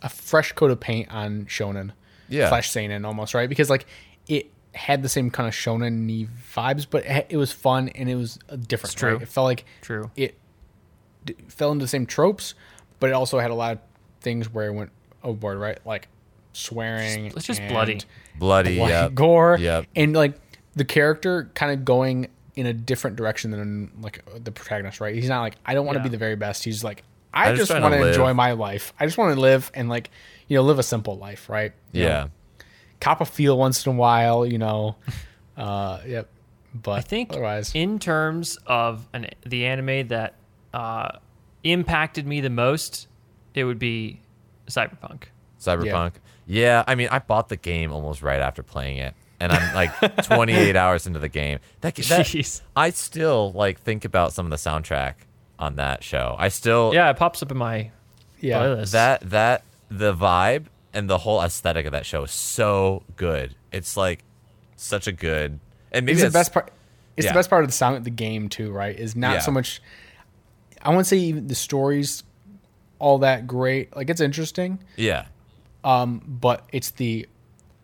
a fresh coat of paint on shonen,
Yeah.
slash seinen almost right because like it had the same kind of shonen vibes, but it, it was fun and it was uh, different.
It's true.
right? It felt like
True.
It d- fell into the same tropes, but it also had a lot of things where it went overboard. Right, like swearing.
It's just
and
bloody.
bloody.
bloody
Yeah,
gore.
Yep.
and like the character kind of going in a different direction than like the protagonist. Right, he's not like I don't want to
Yeah.
be the very best. He's like I,
I'm just
just
trying
want
to
to
live.
enjoy my life. I just want to live and like you know live a simple life, right? You
yeah.
know, cop a feel once in a while, you know. Uh, yep. But
I think
otherwise,
in terms of an, the anime that uh, impacted me the most, it would be Cyberpunk.
Cyberpunk. Yeah. I mean, I bought the game almost right after playing it, and I'm like 28 hours into the game. That, that
Jeez.
I still like think about some of the soundtrack on that show. I still
Yeah, it pops up in my
yeah,
playlist.
that that the vibe and the whole aesthetic of that show is so good. It's like such a good and maybe
it's the
that's-
best part. It's
yeah.
the best part of the sound, the game too, right? Is not
Yeah.
so much. I wouldn't say even the stories, all that great. Like it's interesting,
Yeah,
but it's the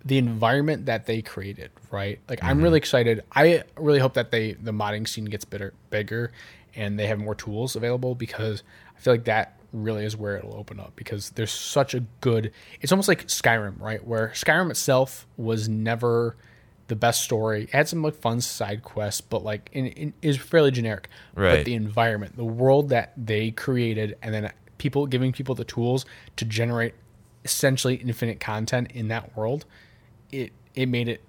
the environment that they created, right? Like I'm really excited. I really hope that they the modding scene gets better, bigger, and they have more tools available because I feel like that really is where it'll open up because there's such a good. It's almost like Skyrim, right? Where Skyrim itself was never the best story. It had some like fun side quests, but like in, in is fairly generic.
Right.
But the environment, the world that they created, and then people giving people the tools to generate essentially infinite content in that world, it it made it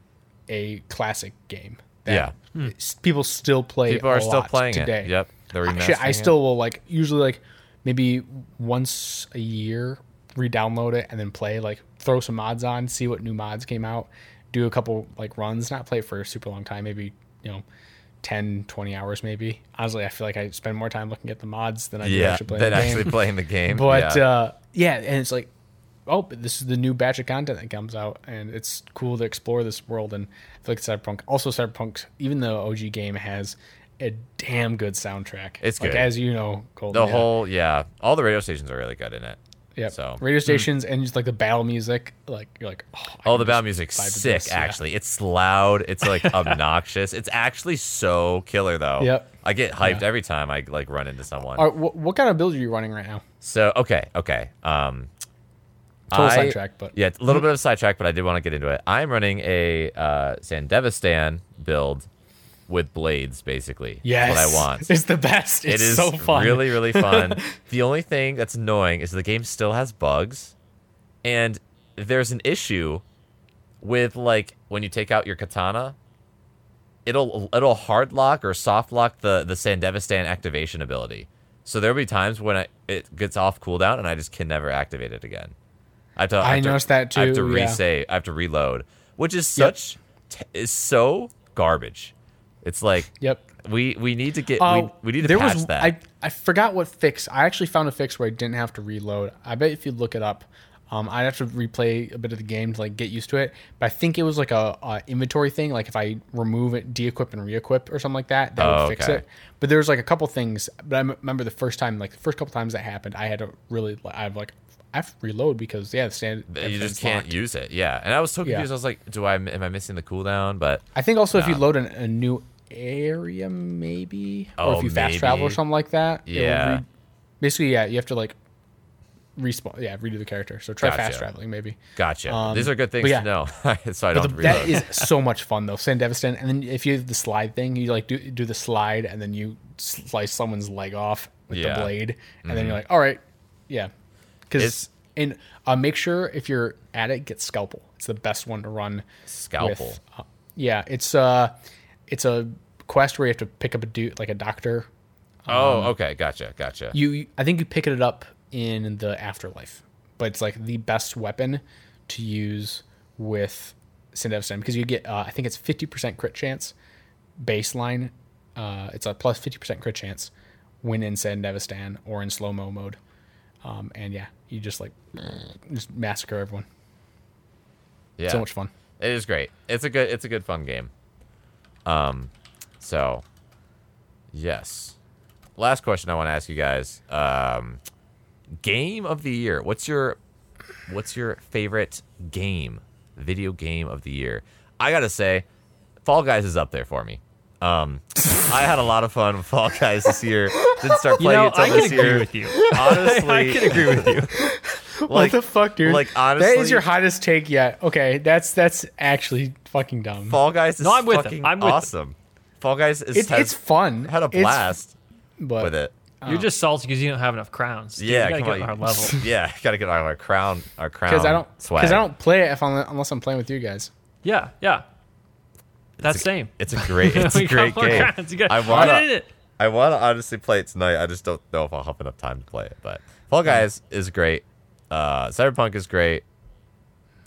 a classic game.
Yeah.
That s- people still play.
people are
a
still
lot
playing
today.
it. Yep, they're
Actually,
remastering
I
it.
still will like usually like maybe once a year re-download it and then play like throw some mods on, see what new mods came out, do a couple like runs, not play it for a super long time, maybe you know 10 20 hours maybe. Honestly, I feel like I spend more time looking at the mods than I do
yeah.
actually playing
then
the game.
actually playing the game,
But
yeah.
yeah. uh yeah, and it's like oh, but this is the new batch of content that comes out and it's cool to explore this world and I feel like Cyberpunk also Cyberpunk even the OG game has a damn good soundtrack.
It's
like
good.
as you know, Gold,
the whole yeah, all the radio stations are really good in it.
yeah.
so- Mm.
radio stations and just like the battle music, like you're like oh, I
Oh, the
can just
battle music's
vibe with
sick.
this, yeah.
Actually, it's loud. It's like obnoxious. It's actually so killer though.
Yep.
I get hyped every time I like run into someone.
All right, what, what kind of build are you running right now?
So okay, okay. Um,
Total
I-
sidetrack, but
yeah, a little bit of a sidetrack, but I did want to get into it. I'm running a uh, Sandevistan build with blades, basically.
yes,
That's what I want.
It's the best. It's
It is
so fun.
really, really fun. the only thing that's annoying is the game still has bugs, and there's an issue with like when you take out your katana, it'll it'll hard lock or soft lock the the Sandevistan activation ability. So there'll be times when I, it gets off cooldown and I just can never activate it again. I have to.
I
have to-
noticed that
I have to
too, yeah.
resave. I have to reload, which is
Yep.
such t- is so garbage. It's like
Yep.
we we need to get we,
Oh,
we need to
there
patch
was,
that.
I, I forgot what fix. I actually found a fix where I didn't have to reload. I bet if you look it up, um, I'd have to replay a bit of the game to like get used to it. But I think it was like a, a inventory thing. Like if I remove it, de-equip and re-equip or something like that, that
Oh,
would fix
okay.
it. But there's like a couple things. But I m- remember the first time, like the first couple times that happened, I had to really, I have like, I have to reload because yeah, the standard.
you just can't use it. Yeah, and I was so
Yeah.
confused. I was like, do I am I missing the cooldown? But
I think also if you load an, a new area, maybe, or
Oh,
if you fast travel or
maybe.
something like that, it will
Yeah.
re- basically, yeah, you have to like respawn, yeah, redo the character. So try
Gotcha.
fast traveling, maybe.
gotcha.
Um,
These are good
but
things
yeah.
to know, so I
But
don't
the-
reload.
that is so much fun though. Sand Devastant, and then if you have the slide thing, you like do do the slide, and then you slice someone's leg off with
Yeah. Mm-hmm.
the blade, and then you're like, all right, yeah, because
It's-
and uh, make sure if you're at it, get scalpel. It's the best one to run.
Scalpel.
with, uh, yeah, it's uh it's a quest where you have to pick up a dude like a doctor.
oh, okay, gotcha, gotcha.
um, You I think you pick it up in the afterlife, but it's like the best weapon to use with Sindevstem because you get uh, I think it's fifty percent crit chance baseline. Uh, it's a plus fifty percent crit chance when in Sandevistan or in slow mo mode. Um, and yeah, you just like just massacre everyone.
yeah,
So much fun.
It is great. It's a good. It's a good fun game. Um, so yes. Last question I want to ask you guys. Um, game of the year. What's your What's your favorite game? Video game of the year. I gotta say, Fall Guys is up there for me. Um, I had a lot of fun with Fall Guys this year. Didn't start
You
playing
know,
it
I
until
can
this
agree
year.
with you.
Honestly,
I can agree with you.
Like,
what the fuck, dude?
like,
that
honestly-
is your hottest take yet. Okay, that's that's actually fucking dumb.
Fall Guys is
No, I'm with him.
fucking
I'm with him.
awesome. Fall Guys is
It,
has
it's fun.
had a
It's-
blast
but
with it.
You're just salty because you don't have enough crowns. dude.
Yeah,
you gotta
come
get
on.
on our level.
Yeah, gotta get our, our crown, our crown.
because I don't
Um, swag.
because I don't play it if I'm, unless I'm playing with you guys.
Yeah, yeah. That's
It's a-
same.
It's a great, it's a
We got
great
more
game.
crowns. You got-
I
we did
wanna,
it.
I wanna honestly play it tonight. I just don't know if I'll have enough time to play it. But Fall Guys is great. Uh, Cyberpunk is great.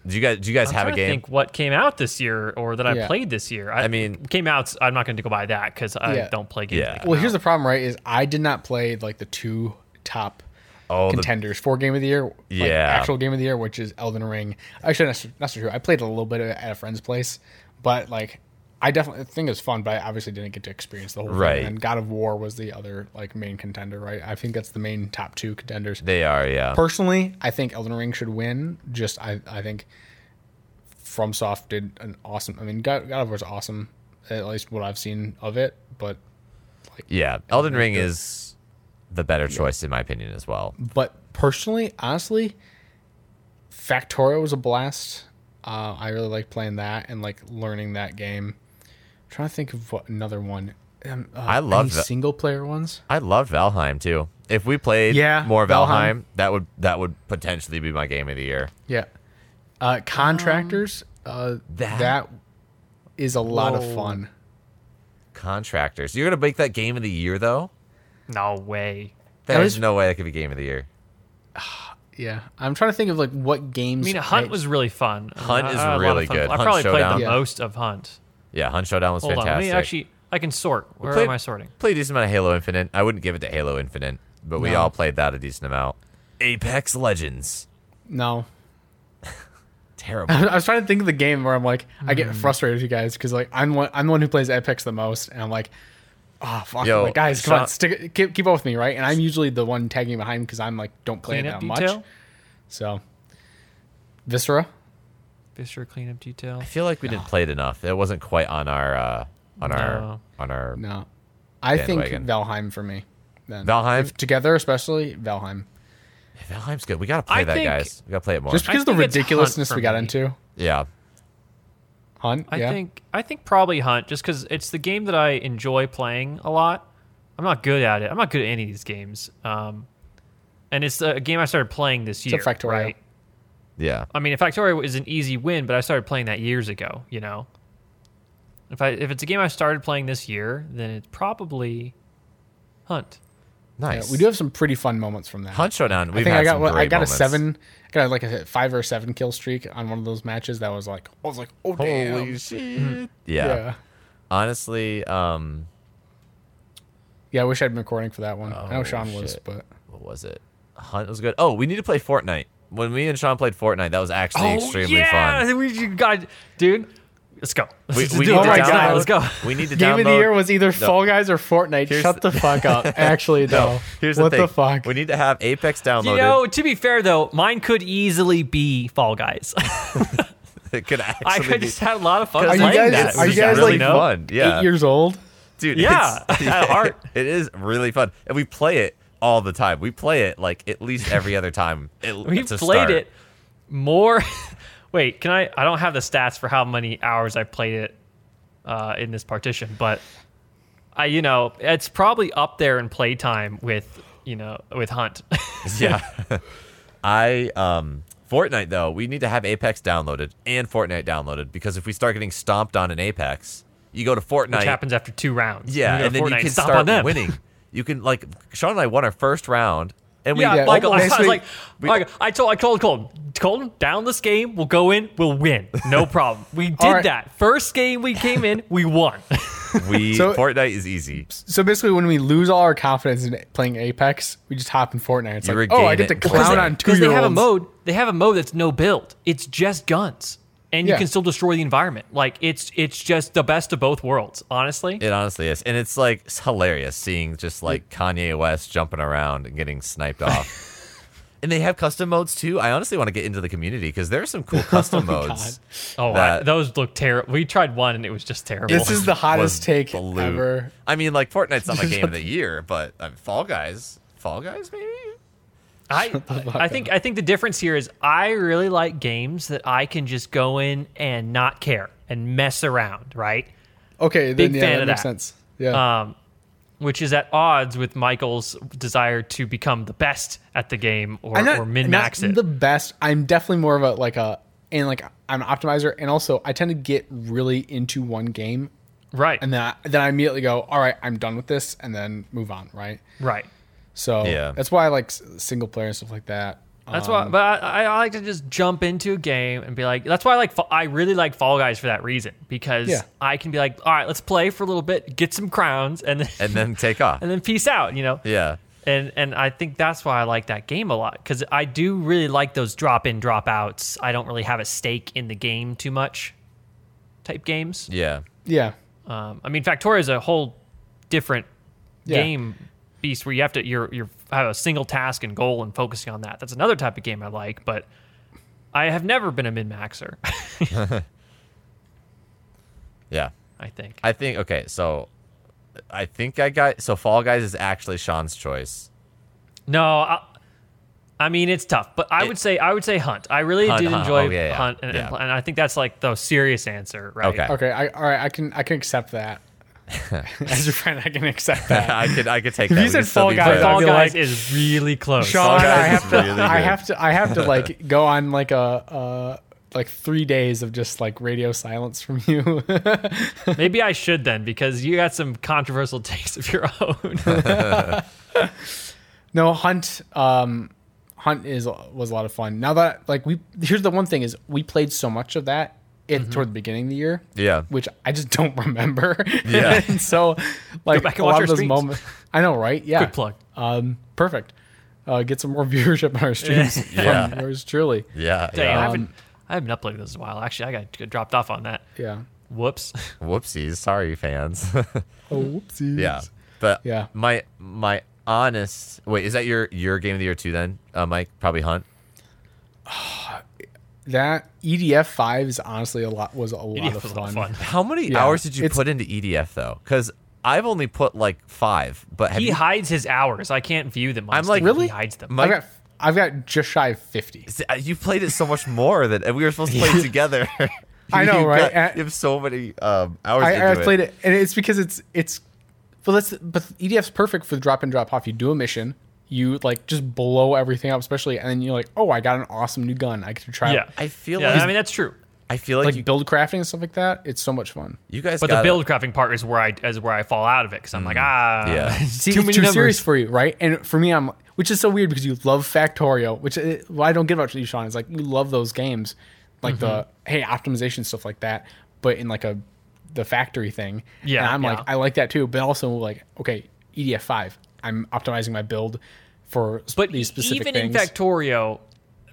Do you guys? Do you guys
I'm
have a
trying to
game?
think what came out this year or that I
Yeah.
played this year.
I mean-
came out. I'm not going to go by that because I
Yeah.
don't play games.
Yeah.
that come
Well,
out.
here's the problem, right? Is I did not play like the two top
Oh, the,
contenders for game of the year, like,
Yeah.
actual game of the year, which is Elden Ring. Actually, that's that's not true. I played a little bit at a friend's place, but like. I definitely think it was fun, but I obviously didn't get to experience the whole
Right.
thing. And God of War was the other like main contender, right? I think that's the main top two contenders.
they are. Yeah.
personally, I think Elden Ring should win. Just I, I think FromSoft did an awesome. I mean, God, God of War's awesome, at least what I've seen of it. But
yeah. Elden Ring is the better choice in my opinion as well.
but personally, honestly, Factorio was a blast. Uh, I really like playing that and like learning that game. I'm trying to think of what another one. Um, uh,
I love
any
that-
single player ones.
I loved Valheim too. If we played
Yeah,
more Valheim,
Valheim.
that would that would potentially be my game of the year.
Yeah, uh, contractors. uh,
Um, that-
that is a lot
Whoa.
of fun.
Contractors. You're gonna make that game of the year though.
no way.
That
There's
was-
no way that could be game of the year.
Yeah, I'm trying to think of like what games.
I mean, Hunt was really fun.
Hunt
I-
is
I had a lot of
really
fun.
good.
I
Hunt
probably
Showdown.
played
Yeah.
the most of Hunt.
Yeah, Hunt Showdown was
Hold
fantastic.
on, let me actually. I can sort. Where
played-
am I sorting?
Played a decent amount of Halo Infinite. I wouldn't give it to Halo Infinite, but we
No.
all played that a decent amount. Apex Legends.
no.
Terrible.
I was trying to think of the game where I'm like, I
Hmm.
get frustrated with you guys because like I'm one, I'm the one who plays Apex the most, and I'm like, oh fuck,
Yo,
like, guys, come
Sean-
on, stick, it- keep, keep up with me, right? And I'm usually the one tagging behind because I'm like, don't play it
Cleanup
that
detail.
much. So, Viscera,
Fisher cleanup detail.
I feel like we didn't play it enough. It wasn't quite on our uh, on our
No.
on our
no, I think
Bandwagon.
Valheim for me. Then
Valheim?
If together, especially Valheim,
Valheim's good. We gotta play
I
that,
think-
guys. We gotta play it more.
just
I
because of the
think it's Hunt
ridiculousness
for
we got
me.
into.
yeah.
Hunt,
I
yeah,
think I think probably Hunt, just because it's the game that I enjoy playing a lot. I'm not good at it. I'm not good at any of these games. Um, and it's a game I started playing this
a
year.
Factorio.
Right?
Yeah.
I mean, Factorio is an easy win, but I started playing that years ago. You know, if I if it's a game I started playing this year, then it's probably Hunt.
Nice.
Yeah, we do have some pretty fun moments from that.
Hunt Showdown. We've
I think
had
I got
some
what,
great
I got
moments.
a seven, I got like a five or seven kill streak on one of those matches. That was like I was like, oh damn,
Holy shit! Yeah.
yeah,
Honestly, um,
yeah. I wish I'd been recording for that one. I
Oh,
know Sean was,
shit.
but
what was it? Hunt was good. Oh, we need to play Fortnite. When me and Sean played Fortnite, that was actually extremely
Oh, yeah,
fun.
we you got dude. Let's go. Let's
We,
just
we
do
need
it
to
my
next night.
download-
God.
Let's go.
We need to
game of the
download-
year was either Fall Guys or Fortnite.
Here's
Shut the fuck up. Actually, though,
Here's
what
the thing.
fuck?
We need to have Apex downloaded.
You know, to be fair though, mine could easily be Fall Guys.
it could
I
actually
could
be
just had a lot of fun
Are you
playing
guys-
that.
are
We
you
just
guys,
really
really
know.
fun? Yeah,
Eight years old.
dude.
Yeah,
it's,
at heart.
It is really fun, and we play it all the time. We play it like at least every other time. It,
We
it's a
played
start.
it more. Wait, can I? I don't have the stats for how many hours I played it uh, in this partition, but I, you know, it's probably up there in playtime with you know with Hunt.
yeah. I um Fortnite though, we need to have Apex downloaded and Fortnite downloaded because if we start getting stomped on in Apex, you go to Fortnite.
which happens after two rounds.
Yeah,
go to
and then
Fortnite
you can
stomp
start
on them.
winning. You can like Sean and I won our first round and we
Yeah,
Yeah,
Michael, I was
basically-
like, like, I told, I told Colton, Colton, down this game, we'll go in, we'll win, no problem. We did
All right.
that. First game we came in, we won.
we
So-
Fortnite is easy.
So basically, when we lose all our confidence in playing Apex, we just hop in Fortnite. It's
You
like,
regain
oh, I get to
it.
clown on two
Because they
year
have a
olds.
mode, they have a mode that's no build. It's just guns, and you
Yeah.
can still destroy the environment. Like it's, it's just the best of both worlds. Honestly,
It honestly is. And it's like it's hilarious seeing just like Kanye West jumping around and getting sniped off. and they have custom modes too. I honestly want to get into the community because there are some cool custom modes.
oh, I,
that-
those look terrible. We tried one, and it was just terrible.
This is the
was
hottest take
blue.
ever.
I mean, like Fortnite's not my game of the year, but um, Fall Guys, Fall Guys, maybe.
I, I think I think the difference here is I really like games that I can just go in and not care and mess around, right?
Okay,
Big
then yeah,
fan
that Um,
of
makes
that.
sense. Yeah,
Which is at odds with Michael's desire to become the best at the game or,
I'm
or min max
not
it.
The best. I'm definitely more of a like a and like I'm an optimizer, and also I tend to get really into one game,
right.
and then I, then I immediately go, all right, I'm done with this, and then move on. Right.
right.
So
Yeah.
that's why I like s- single player and stuff like that. Um,
That's why,
Um,
but I, I like to just jump into a game and be like, that's why I like, Fa- I really like Fall Guys for that reason because
Yeah.
I can be like, all right, let's play for a little bit, get some crowns, and then,
And then take off.
and then peace out, you know?
yeah,
and and I think that's why I like that game a lot because I do really like those drop in drop outs. I don't really have a stake in the game too much, type games.
yeah.
Yeah.
Um, I mean, Factoria is a whole different
Yeah.
game beast where you have to you're you're have a single task and goal and focusing on that. That's another type of game I like, but I have never been a min maxer.
Yeah.
I think
I think okay, so I think I got so Fall Guys is actually Sean's choice.
no. I, I mean, it's tough, but I
It-
would say I would say Hunt. I really
Hunt,
did
Hunt.
enjoy
Oh, yeah, yeah.
Hunt, and,
Yeah.
and, I think that's like the serious answer, right?
Okay.
Okay. I all right. I can I can accept that. As your friend, I can accept that.
I could I could take
If
that.
you
We
said
could still
Fall
be
Guys,
friends.
I'd
Fall
be
Guys
like,
is really close.
Sean,
Fall Guys
I
is
have to,
really
I
good.
have to, I have to like go on like a, uh, like three days of just like radio silence from you.
Maybe I should then because you got some controversial takes of your own.
no, Hunt, um, Hunt is was a lot of fun. Now that like we, here's the one thing is we played so much of that it
Mm-hmm.
toward the beginning of the year,
Yeah.
which I just don't remember.
Yeah.
and so like
back and
a
watch
lot
our
of those
streams.
moments, I know, right? Yeah.
Good plug.
Um, perfect. Uh, get some more viewership on our streams.
Yeah.
from yours truly.
Yeah. Um,
Dang, I
yeah.
haven't I haven't uploaded this in a while. Actually, I got dropped off on that.
Yeah.
Whoops.
Whoopsies, sorry fans.
Oh, whoopsies.
yeah. But
Yeah.
my my honest wait, is that your your game of the year too then? Uh, Mike, probably Hunt.
That EDF five is honestly a lot was a lot,
EDF
of,
E was a
fun.
lot of fun.
How many
Yeah,
hours did you
it's-
put into EDF though? Cuz I've only put like 5, but have
He
you,
hides his hours. I can't view them. I'm
I'm like-
like,
Really?
He hides them.
My-
I've got I've got just shy of fifty.
See, uh, you played it so much more than and we were supposed to play it together.
I know,
You've
right?
got-
Uh,
you have so many um, hours.
I, I
into
played it. and it's because it's it's well that's but EDF's perfect for the drop in drop off. You do a mission, you like just blow everything up, especially and then you're like, oh, I got an awesome new gun. I get to try.
yeah.
It.
I feel
yeah,
like-
I mean that's true.
I feel like,
like
you,
build crafting and stuff like that. It's so much fun.
you guys.
But
gotta,
the build crafting part is where I is where I fall out of it because I'm like ah
Mm. Yeah.
See,
too
it's
many
too
numbers.
serious for you, right? And for me, I'm which is so weird because you love Factorio, which uh, what I don't get about you, Sean, is like you love those games, like the
Mm-hmm.
hey optimization stuff like that, but in like a the factory thing.
Yeah,
and I'm
yeah.
like I like that too, but also like okay, EDF five, I'm optimizing my build for sp-
but
these specific
even
things.
in Factorio,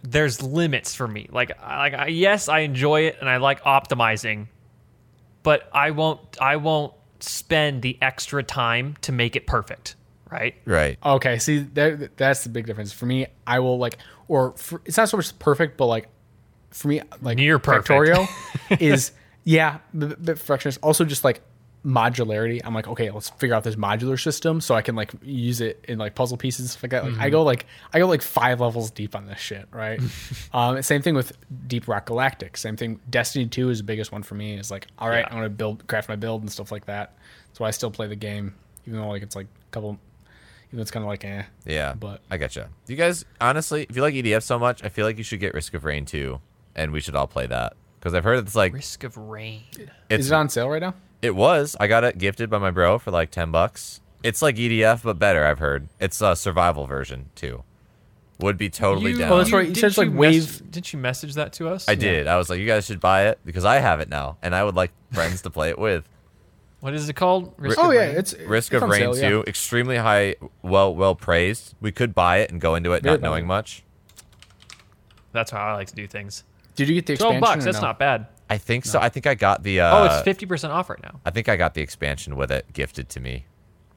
there's limits for me. Like, I- like I, yes, I enjoy it and I like optimizing, but I won't I won't spend the extra time to make it perfect, right?
right.
Okay, see that that's the big difference for me. I will like, or for, it's not so much perfect, but like for me, like
Near perfect.
Factorio is yeah, b- b- bit perfectionist. Also, just like modularity. I'm like, okay, let's figure out this modular system so I can like use it in like puzzle pieces and stuff like that. Like
Mm-hmm.
I go like I go like five levels deep on this shit, right? um, same thing with Deep Rock Galactic. Same thing. Destiny Two is the biggest one for me. Is like, all right,
Yeah.
I'm gonna build craft my build and stuff like that. That's why I still play the game, even though like it's like a couple. Even though it's kind of like eh.
Yeah,
But-
I gotcha. You guys, honestly, if you like EDF so much, I feel like you should get Risk of Rain too, and we should all play that because I've heard it's like
Risk of rain.
Is it on sale right now?
it was. I got it gifted by my bro for like ten bucks. It's like EDF but better. I've heard it's a survival version too. Would be totally down.
Oh, that's right. You
didn't
said it's like
mess-
wave-
didn't you message that to us?
I did. I was like, you guys should buy it because I have it now, and I would like friends to play it with.
What is it called? Risk
Oh
of
yeah,
Rain?
it's
Risk
it's
of
on
Rain
sale, yeah.
too, extremely high, well well praised. We could buy it and go into it
Very
not knowing
popular.
much.
That's how I like to do things.
Did you get the
Twelve
expansion?
bucks.
or
That's
no?
not bad.
I think so. I think I got the. Uh,
Oh, it's fifty percent off right now.
I think I got the expansion with it gifted to me,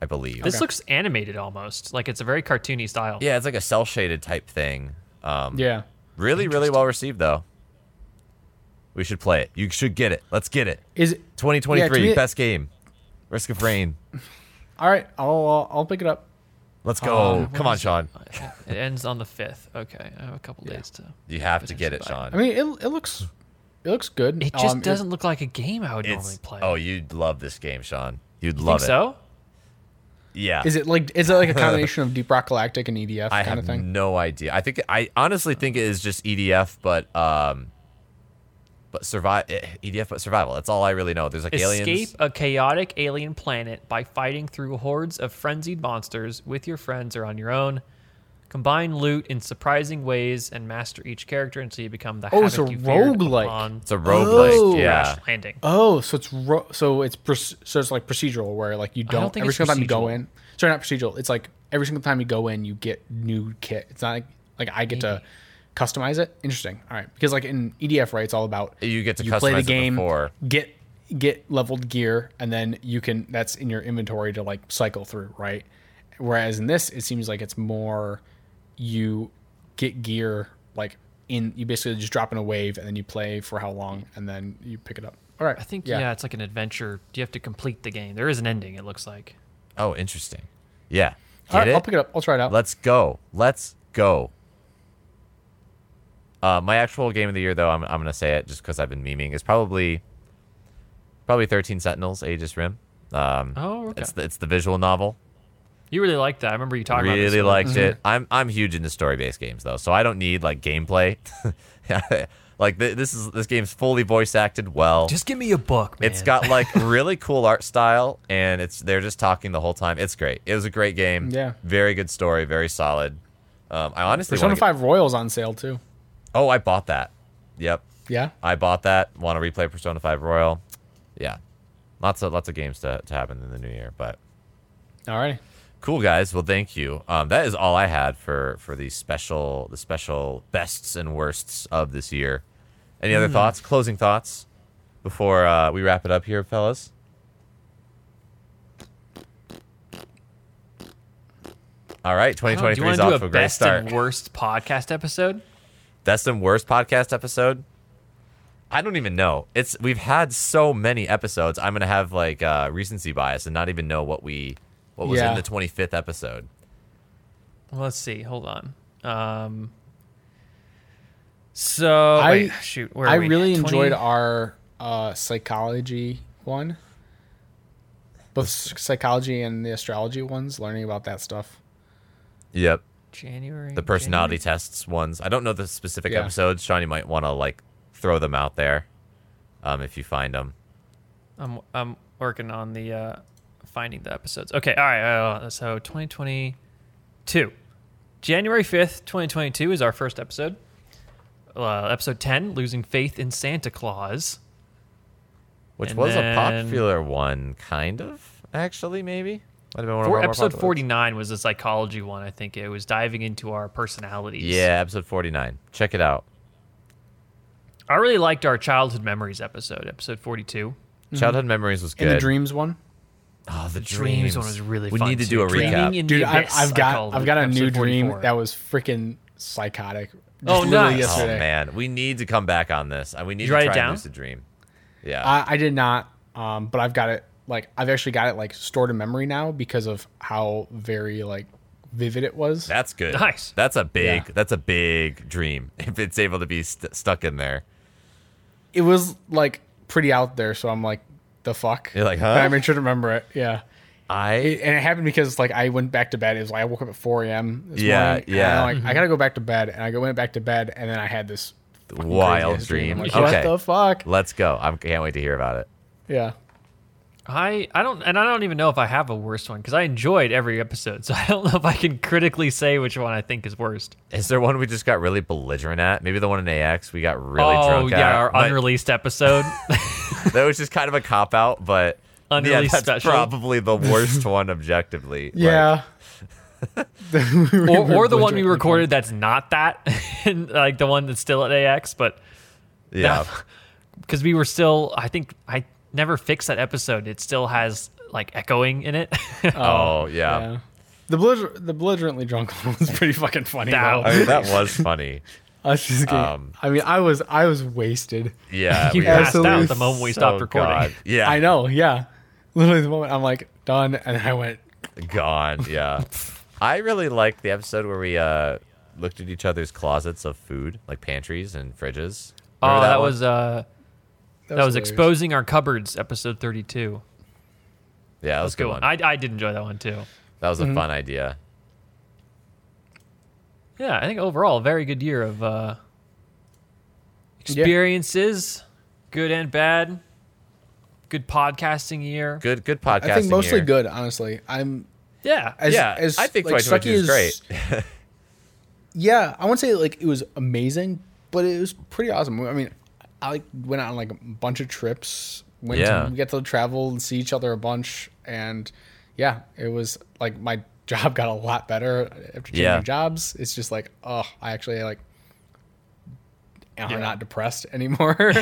I believe.
This looks animated almost. Like it's a very cartoony style.
yeah, it's like a cell shaded type thing. Um,
Yeah,
Really, really well received though. We should play it. You should get it. Let's get it.
is it
2023
Yeah, to me-
best game. Risk of Rain.
all right? I'll uh, I'll pick it up.
Let's go.
Uh,
Come
what
on,
is-
Sean.
It ends on the fifth. Okay, I have a couple days to.
You have to get it,
Potentially buy
Sean.
I mean, it, it looks it looks good.
Oh, It just
Um,
doesn't look like a game I would normally
it's
play.
oh, you'd love this game, Sean. You'd
think
love it.
so?
Yeah.
Is it like is it like a combination of Deep Rock Galactic and E EDF
I
kind
have
of thing?
no idea. I think I honestly think it is just EDF, but um, but eh, survive EDF, but survival. That's all I really know. There's like aliens.
Escape a chaotic alien planet by fighting through hordes of frenzied monsters with your friends or on your own. Combine loot in surprising ways and master each character until you become the
Oh, it's
havoc
a
you feared
roguelike.
upon
It's a roguelike.
Oh.
yeah.
crash landing.
Oh, so it's ro- so it's proc- so it's like procedural where like you don't,
don't think
every
it's
single time you go
procedural.
in. Sorry, not procedural. It's like every single time you go in, you get new kit. It's not like, like I get to customize it. Interesting. All right, because like in EDF, right, it's all about
You get to
you play
customize
the
it
game,
before.
get get leveled gear, and then you can that's in your inventory to like cycle through, right? Whereas in this, it seems like it's more you get gear like in you basically just drop in a wave and then you play for how long and then you pick it up. All right,
I think yeah. it's like an adventure. You have to complete the game. There is an ending. It looks like.
Oh, interesting. Yeah. Get
All right,
it?
I'll pick it up. I'll try it out.
Let's go. Let's go. Uh, my actual game of the year, though, I'm, I'm going to say it just because I've been memeing, is probably probably 13 Sentinels, Aegis Rim. Um,
Oh, okay.
it's, the, it's the visual novel.
You really liked that. I remember you talking about Mm-hmm. this
really
one.
liked it. I'm I'm huge into story based games though, so I don't need like gameplay. like th- this is this game's fully voice acted well.
Just give me a book, man.
It's got like really cool art style, and it's they're just talking the whole time. It's great. It was a great game.
Yeah.
very good story, very solid. Um, I honestly
Persona
want to.
Five Royals on sale too.
Oh, I bought that. Yep,
Yeah.
I bought that. Want to replay Persona Five Royal? Yeah, lots of lots of games to to happen in the new year, but.
All right.
Cool guys. Well, thank you. Um, that is all I had for for the special the special bests and worsts of this year. Any
Hmm.
other thoughts? Closing thoughts before uh, we wrap it up here, fellas. All right,
Oh, do you
2023
want
is
to
off
do a
to a great
best
start.
and worst podcast episode?
Best and worst podcast episode. I don't even know. It's we've had so many episodes. I'm gonna have like uh, recency bias and not even know what we what was
Yeah.
in the 25th episode.
Well, let's see. Hold on. Um, so
I-
wait, shoot, where are
I
we?
really
20
enjoyed our uh, psychology one, both psychology and the astrology ones. Learning about that stuff.
Yep.
January
the personality tests ones. I don't know the specific
Yeah.
episodes. Sean, you might want to like throw them out there. um, if you find them.
I'm I'm working on the uh, finding the episodes. Okay, all right. Uh, so 2022, January 5th, 2022 is our first episode. Uh, episode 10, losing faith in Santa Claus.
Which
And
was
then-
a popular one, kind of, actually, maybe. Might have been one of
For
our more
episode
popular ones.
49 was the psychology one. I think it was diving into our personalities.
Yeah, episode 49. Check it out.
I really liked our childhood memories episode, episode 42.
Childhood Memories was good.
In the dreams one,
Oh, the
Dreams
dreams.
one was really
We
fun
need to
too.
do a
Dreaming
recap.
in the
dude. I,
Abyss,
I've
I
got
called
I've
it,
got a new
episode
dream
44.
that was freaking psychotic. Just
Oh,
literally
nice.
oh,
Yesterday,
man. We need to come back on this. And we need
You
to
write it
try
down? Ah,
and lucid dream. Yeah.
I, I did not, um, but I've got it. Like I've actually got it like stored in memory now because of how very like vivid it was.
that's good.
Nice.
That's a big,
Yeah.
that's a big dream if it's able to be st- stuck in there.
it was like pretty out there, so I'm like, the fuck.
You're like, huh?
But I made sure to remember it. Yeah.
I
It, and it happened because like I went back to bed. It was like I woke up at 4 a.m. This
Yeah,
morning, and
yeah.
I'm
Mm-hmm.
like I gotta go back to bed, and I go- went back to bed, and then I had this fucking crazy
wild
ass I'm
dream.
like,
okay.
What the fuck?
Let's go. I can't wait to hear about it.
Yeah.
I I don't and I don't even know if I have a worst one because I enjoyed every episode, so I don't know if I can critically say which one I think is worst.
Is there one we just got really belligerent at? Maybe the one in AX we got really
oh
drunk at.
yeah, our
But
unreleased episode.
That was just kind of a cop out, but yeah,
Unreleased
that's
special.
probably the worst one objectively. Like,
Yeah. We
or,
were
or the one
belligerently
we recorded that's not that, and like the one that's still at AX, but
yeah.
because we were still, I think I never fixed that episode. It still has like echoing in it.
Oh yeah.
Yeah. The belliger- the belligerently drunk one was pretty fucking funny.
That-
though.
I mean, that was funny.
I was just getting-
Um,
I mean, I was I was wasted.
Yeah.
you
we-
passed out
absolutely
the moment we
Oh,
stopped recording.
God. Yeah.
I know. Yeah. Literally the moment I'm like done, and I went.
Gone. Yeah. I really liked the episode where we uh, looked at each other's closets of food, like pantries and fridges. Remember
Oh, that,
one?
was uh, that was,
hilarious.
exposing our cupboards, episode thirty-two.
yeah, that was a
Good
good
one.
one.
I Mm-hmm. I did enjoy that one too.
that was a fun idea.
Yeah, I think overall, a very good year of uh, experiences, good and bad. Good podcasting year.
Good, good podcasting.
I think mostly
here.
good. Honestly, I'm
Yeah.
as,
yeah,
as
I think
like, sucky
2022 is
as-
great.
Yeah, I wouldn't say like it was amazing, but it was pretty awesome. I mean, I like went on like a bunch of trips. Went
Yeah.
to, we got to travel and see each other a bunch, and yeah, it was like my job got a lot better after changing
Yeah.
jobs. It's just like, oh, I actually like am not depressed anymore.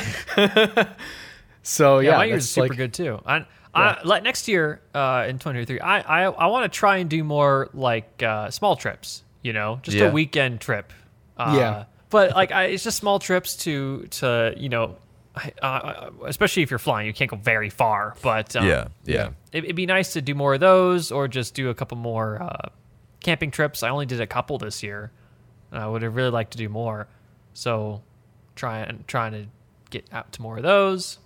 so yeah,
yeah, my year's
that's,
super
like-
good too. I, I like next year uh, in 2023, I I, I want to try and do more like uh, small trips. You know, just
Yeah.
a weekend trip. Uh,
Yeah.
But like, I, it's just small trips to to you know, I- uh, especially if you're flying, you can't go very far. But um,
yeah, yeah.
yeah.
it, it'd be nice to do more of those or just do a couple more uh, camping trips. I only did a couple this year. and I would have really liked to do more. So trying trying to get out to more of those.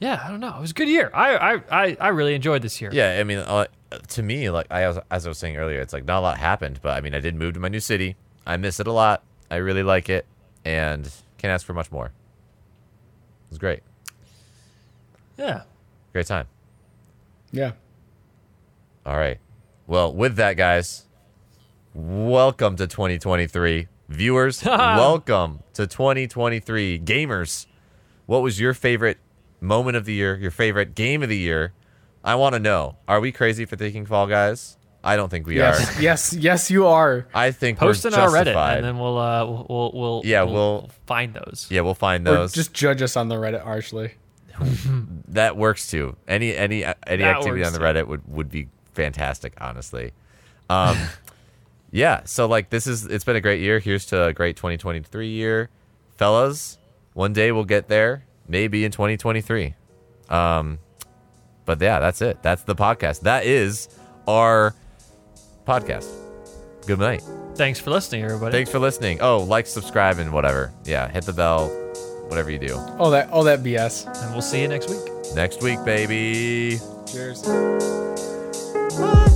Yeah, I don't know. It was a good year. I I, I, I really enjoyed this year.
Yeah, I mean, uh, to me, like I was, as I was saying earlier, it's like not a lot happened, but I mean, I did move to my new city. I miss it a lot. I really like it, and can't ask for much more. It was great,
Yeah.
great time.
Yeah,
All right, well, with that, guys, welcome to 2023, viewers. welcome to 2023, gamers. What was your favorite moment of the year? Your favorite game of the year? I want to know. Are we crazy for thinking Fall Guys? I don't think we are.
yes, yes, yes, you are.
I think
Post
we're
in our
justified.
Reddit and then we'll uh we'll we'll, we'll
Yeah,
we'll
we'll-
find those.
yeah, we'll find
Or
those.
just judge us on the Reddit archly.
that works too. Any any uh, any
That
activity
works
on the
too.
Reddit would would be fantastic, honestly. Um, yeah. So like this is it's been a great year. Here's to a great 2023 year, fellas. One day we'll get there. Maybe in 2023. Um, but yeah, that's it. That's the podcast. That is our podcast. Good night.
Thanks for listening, everybody.
Thanks for listening. Oh, like, subscribe, and whatever. Yeah, hit the bell. Whatever you do.
All that, all that BS.
and we'll see you next week.
next week, baby.
Cheers.
Bye.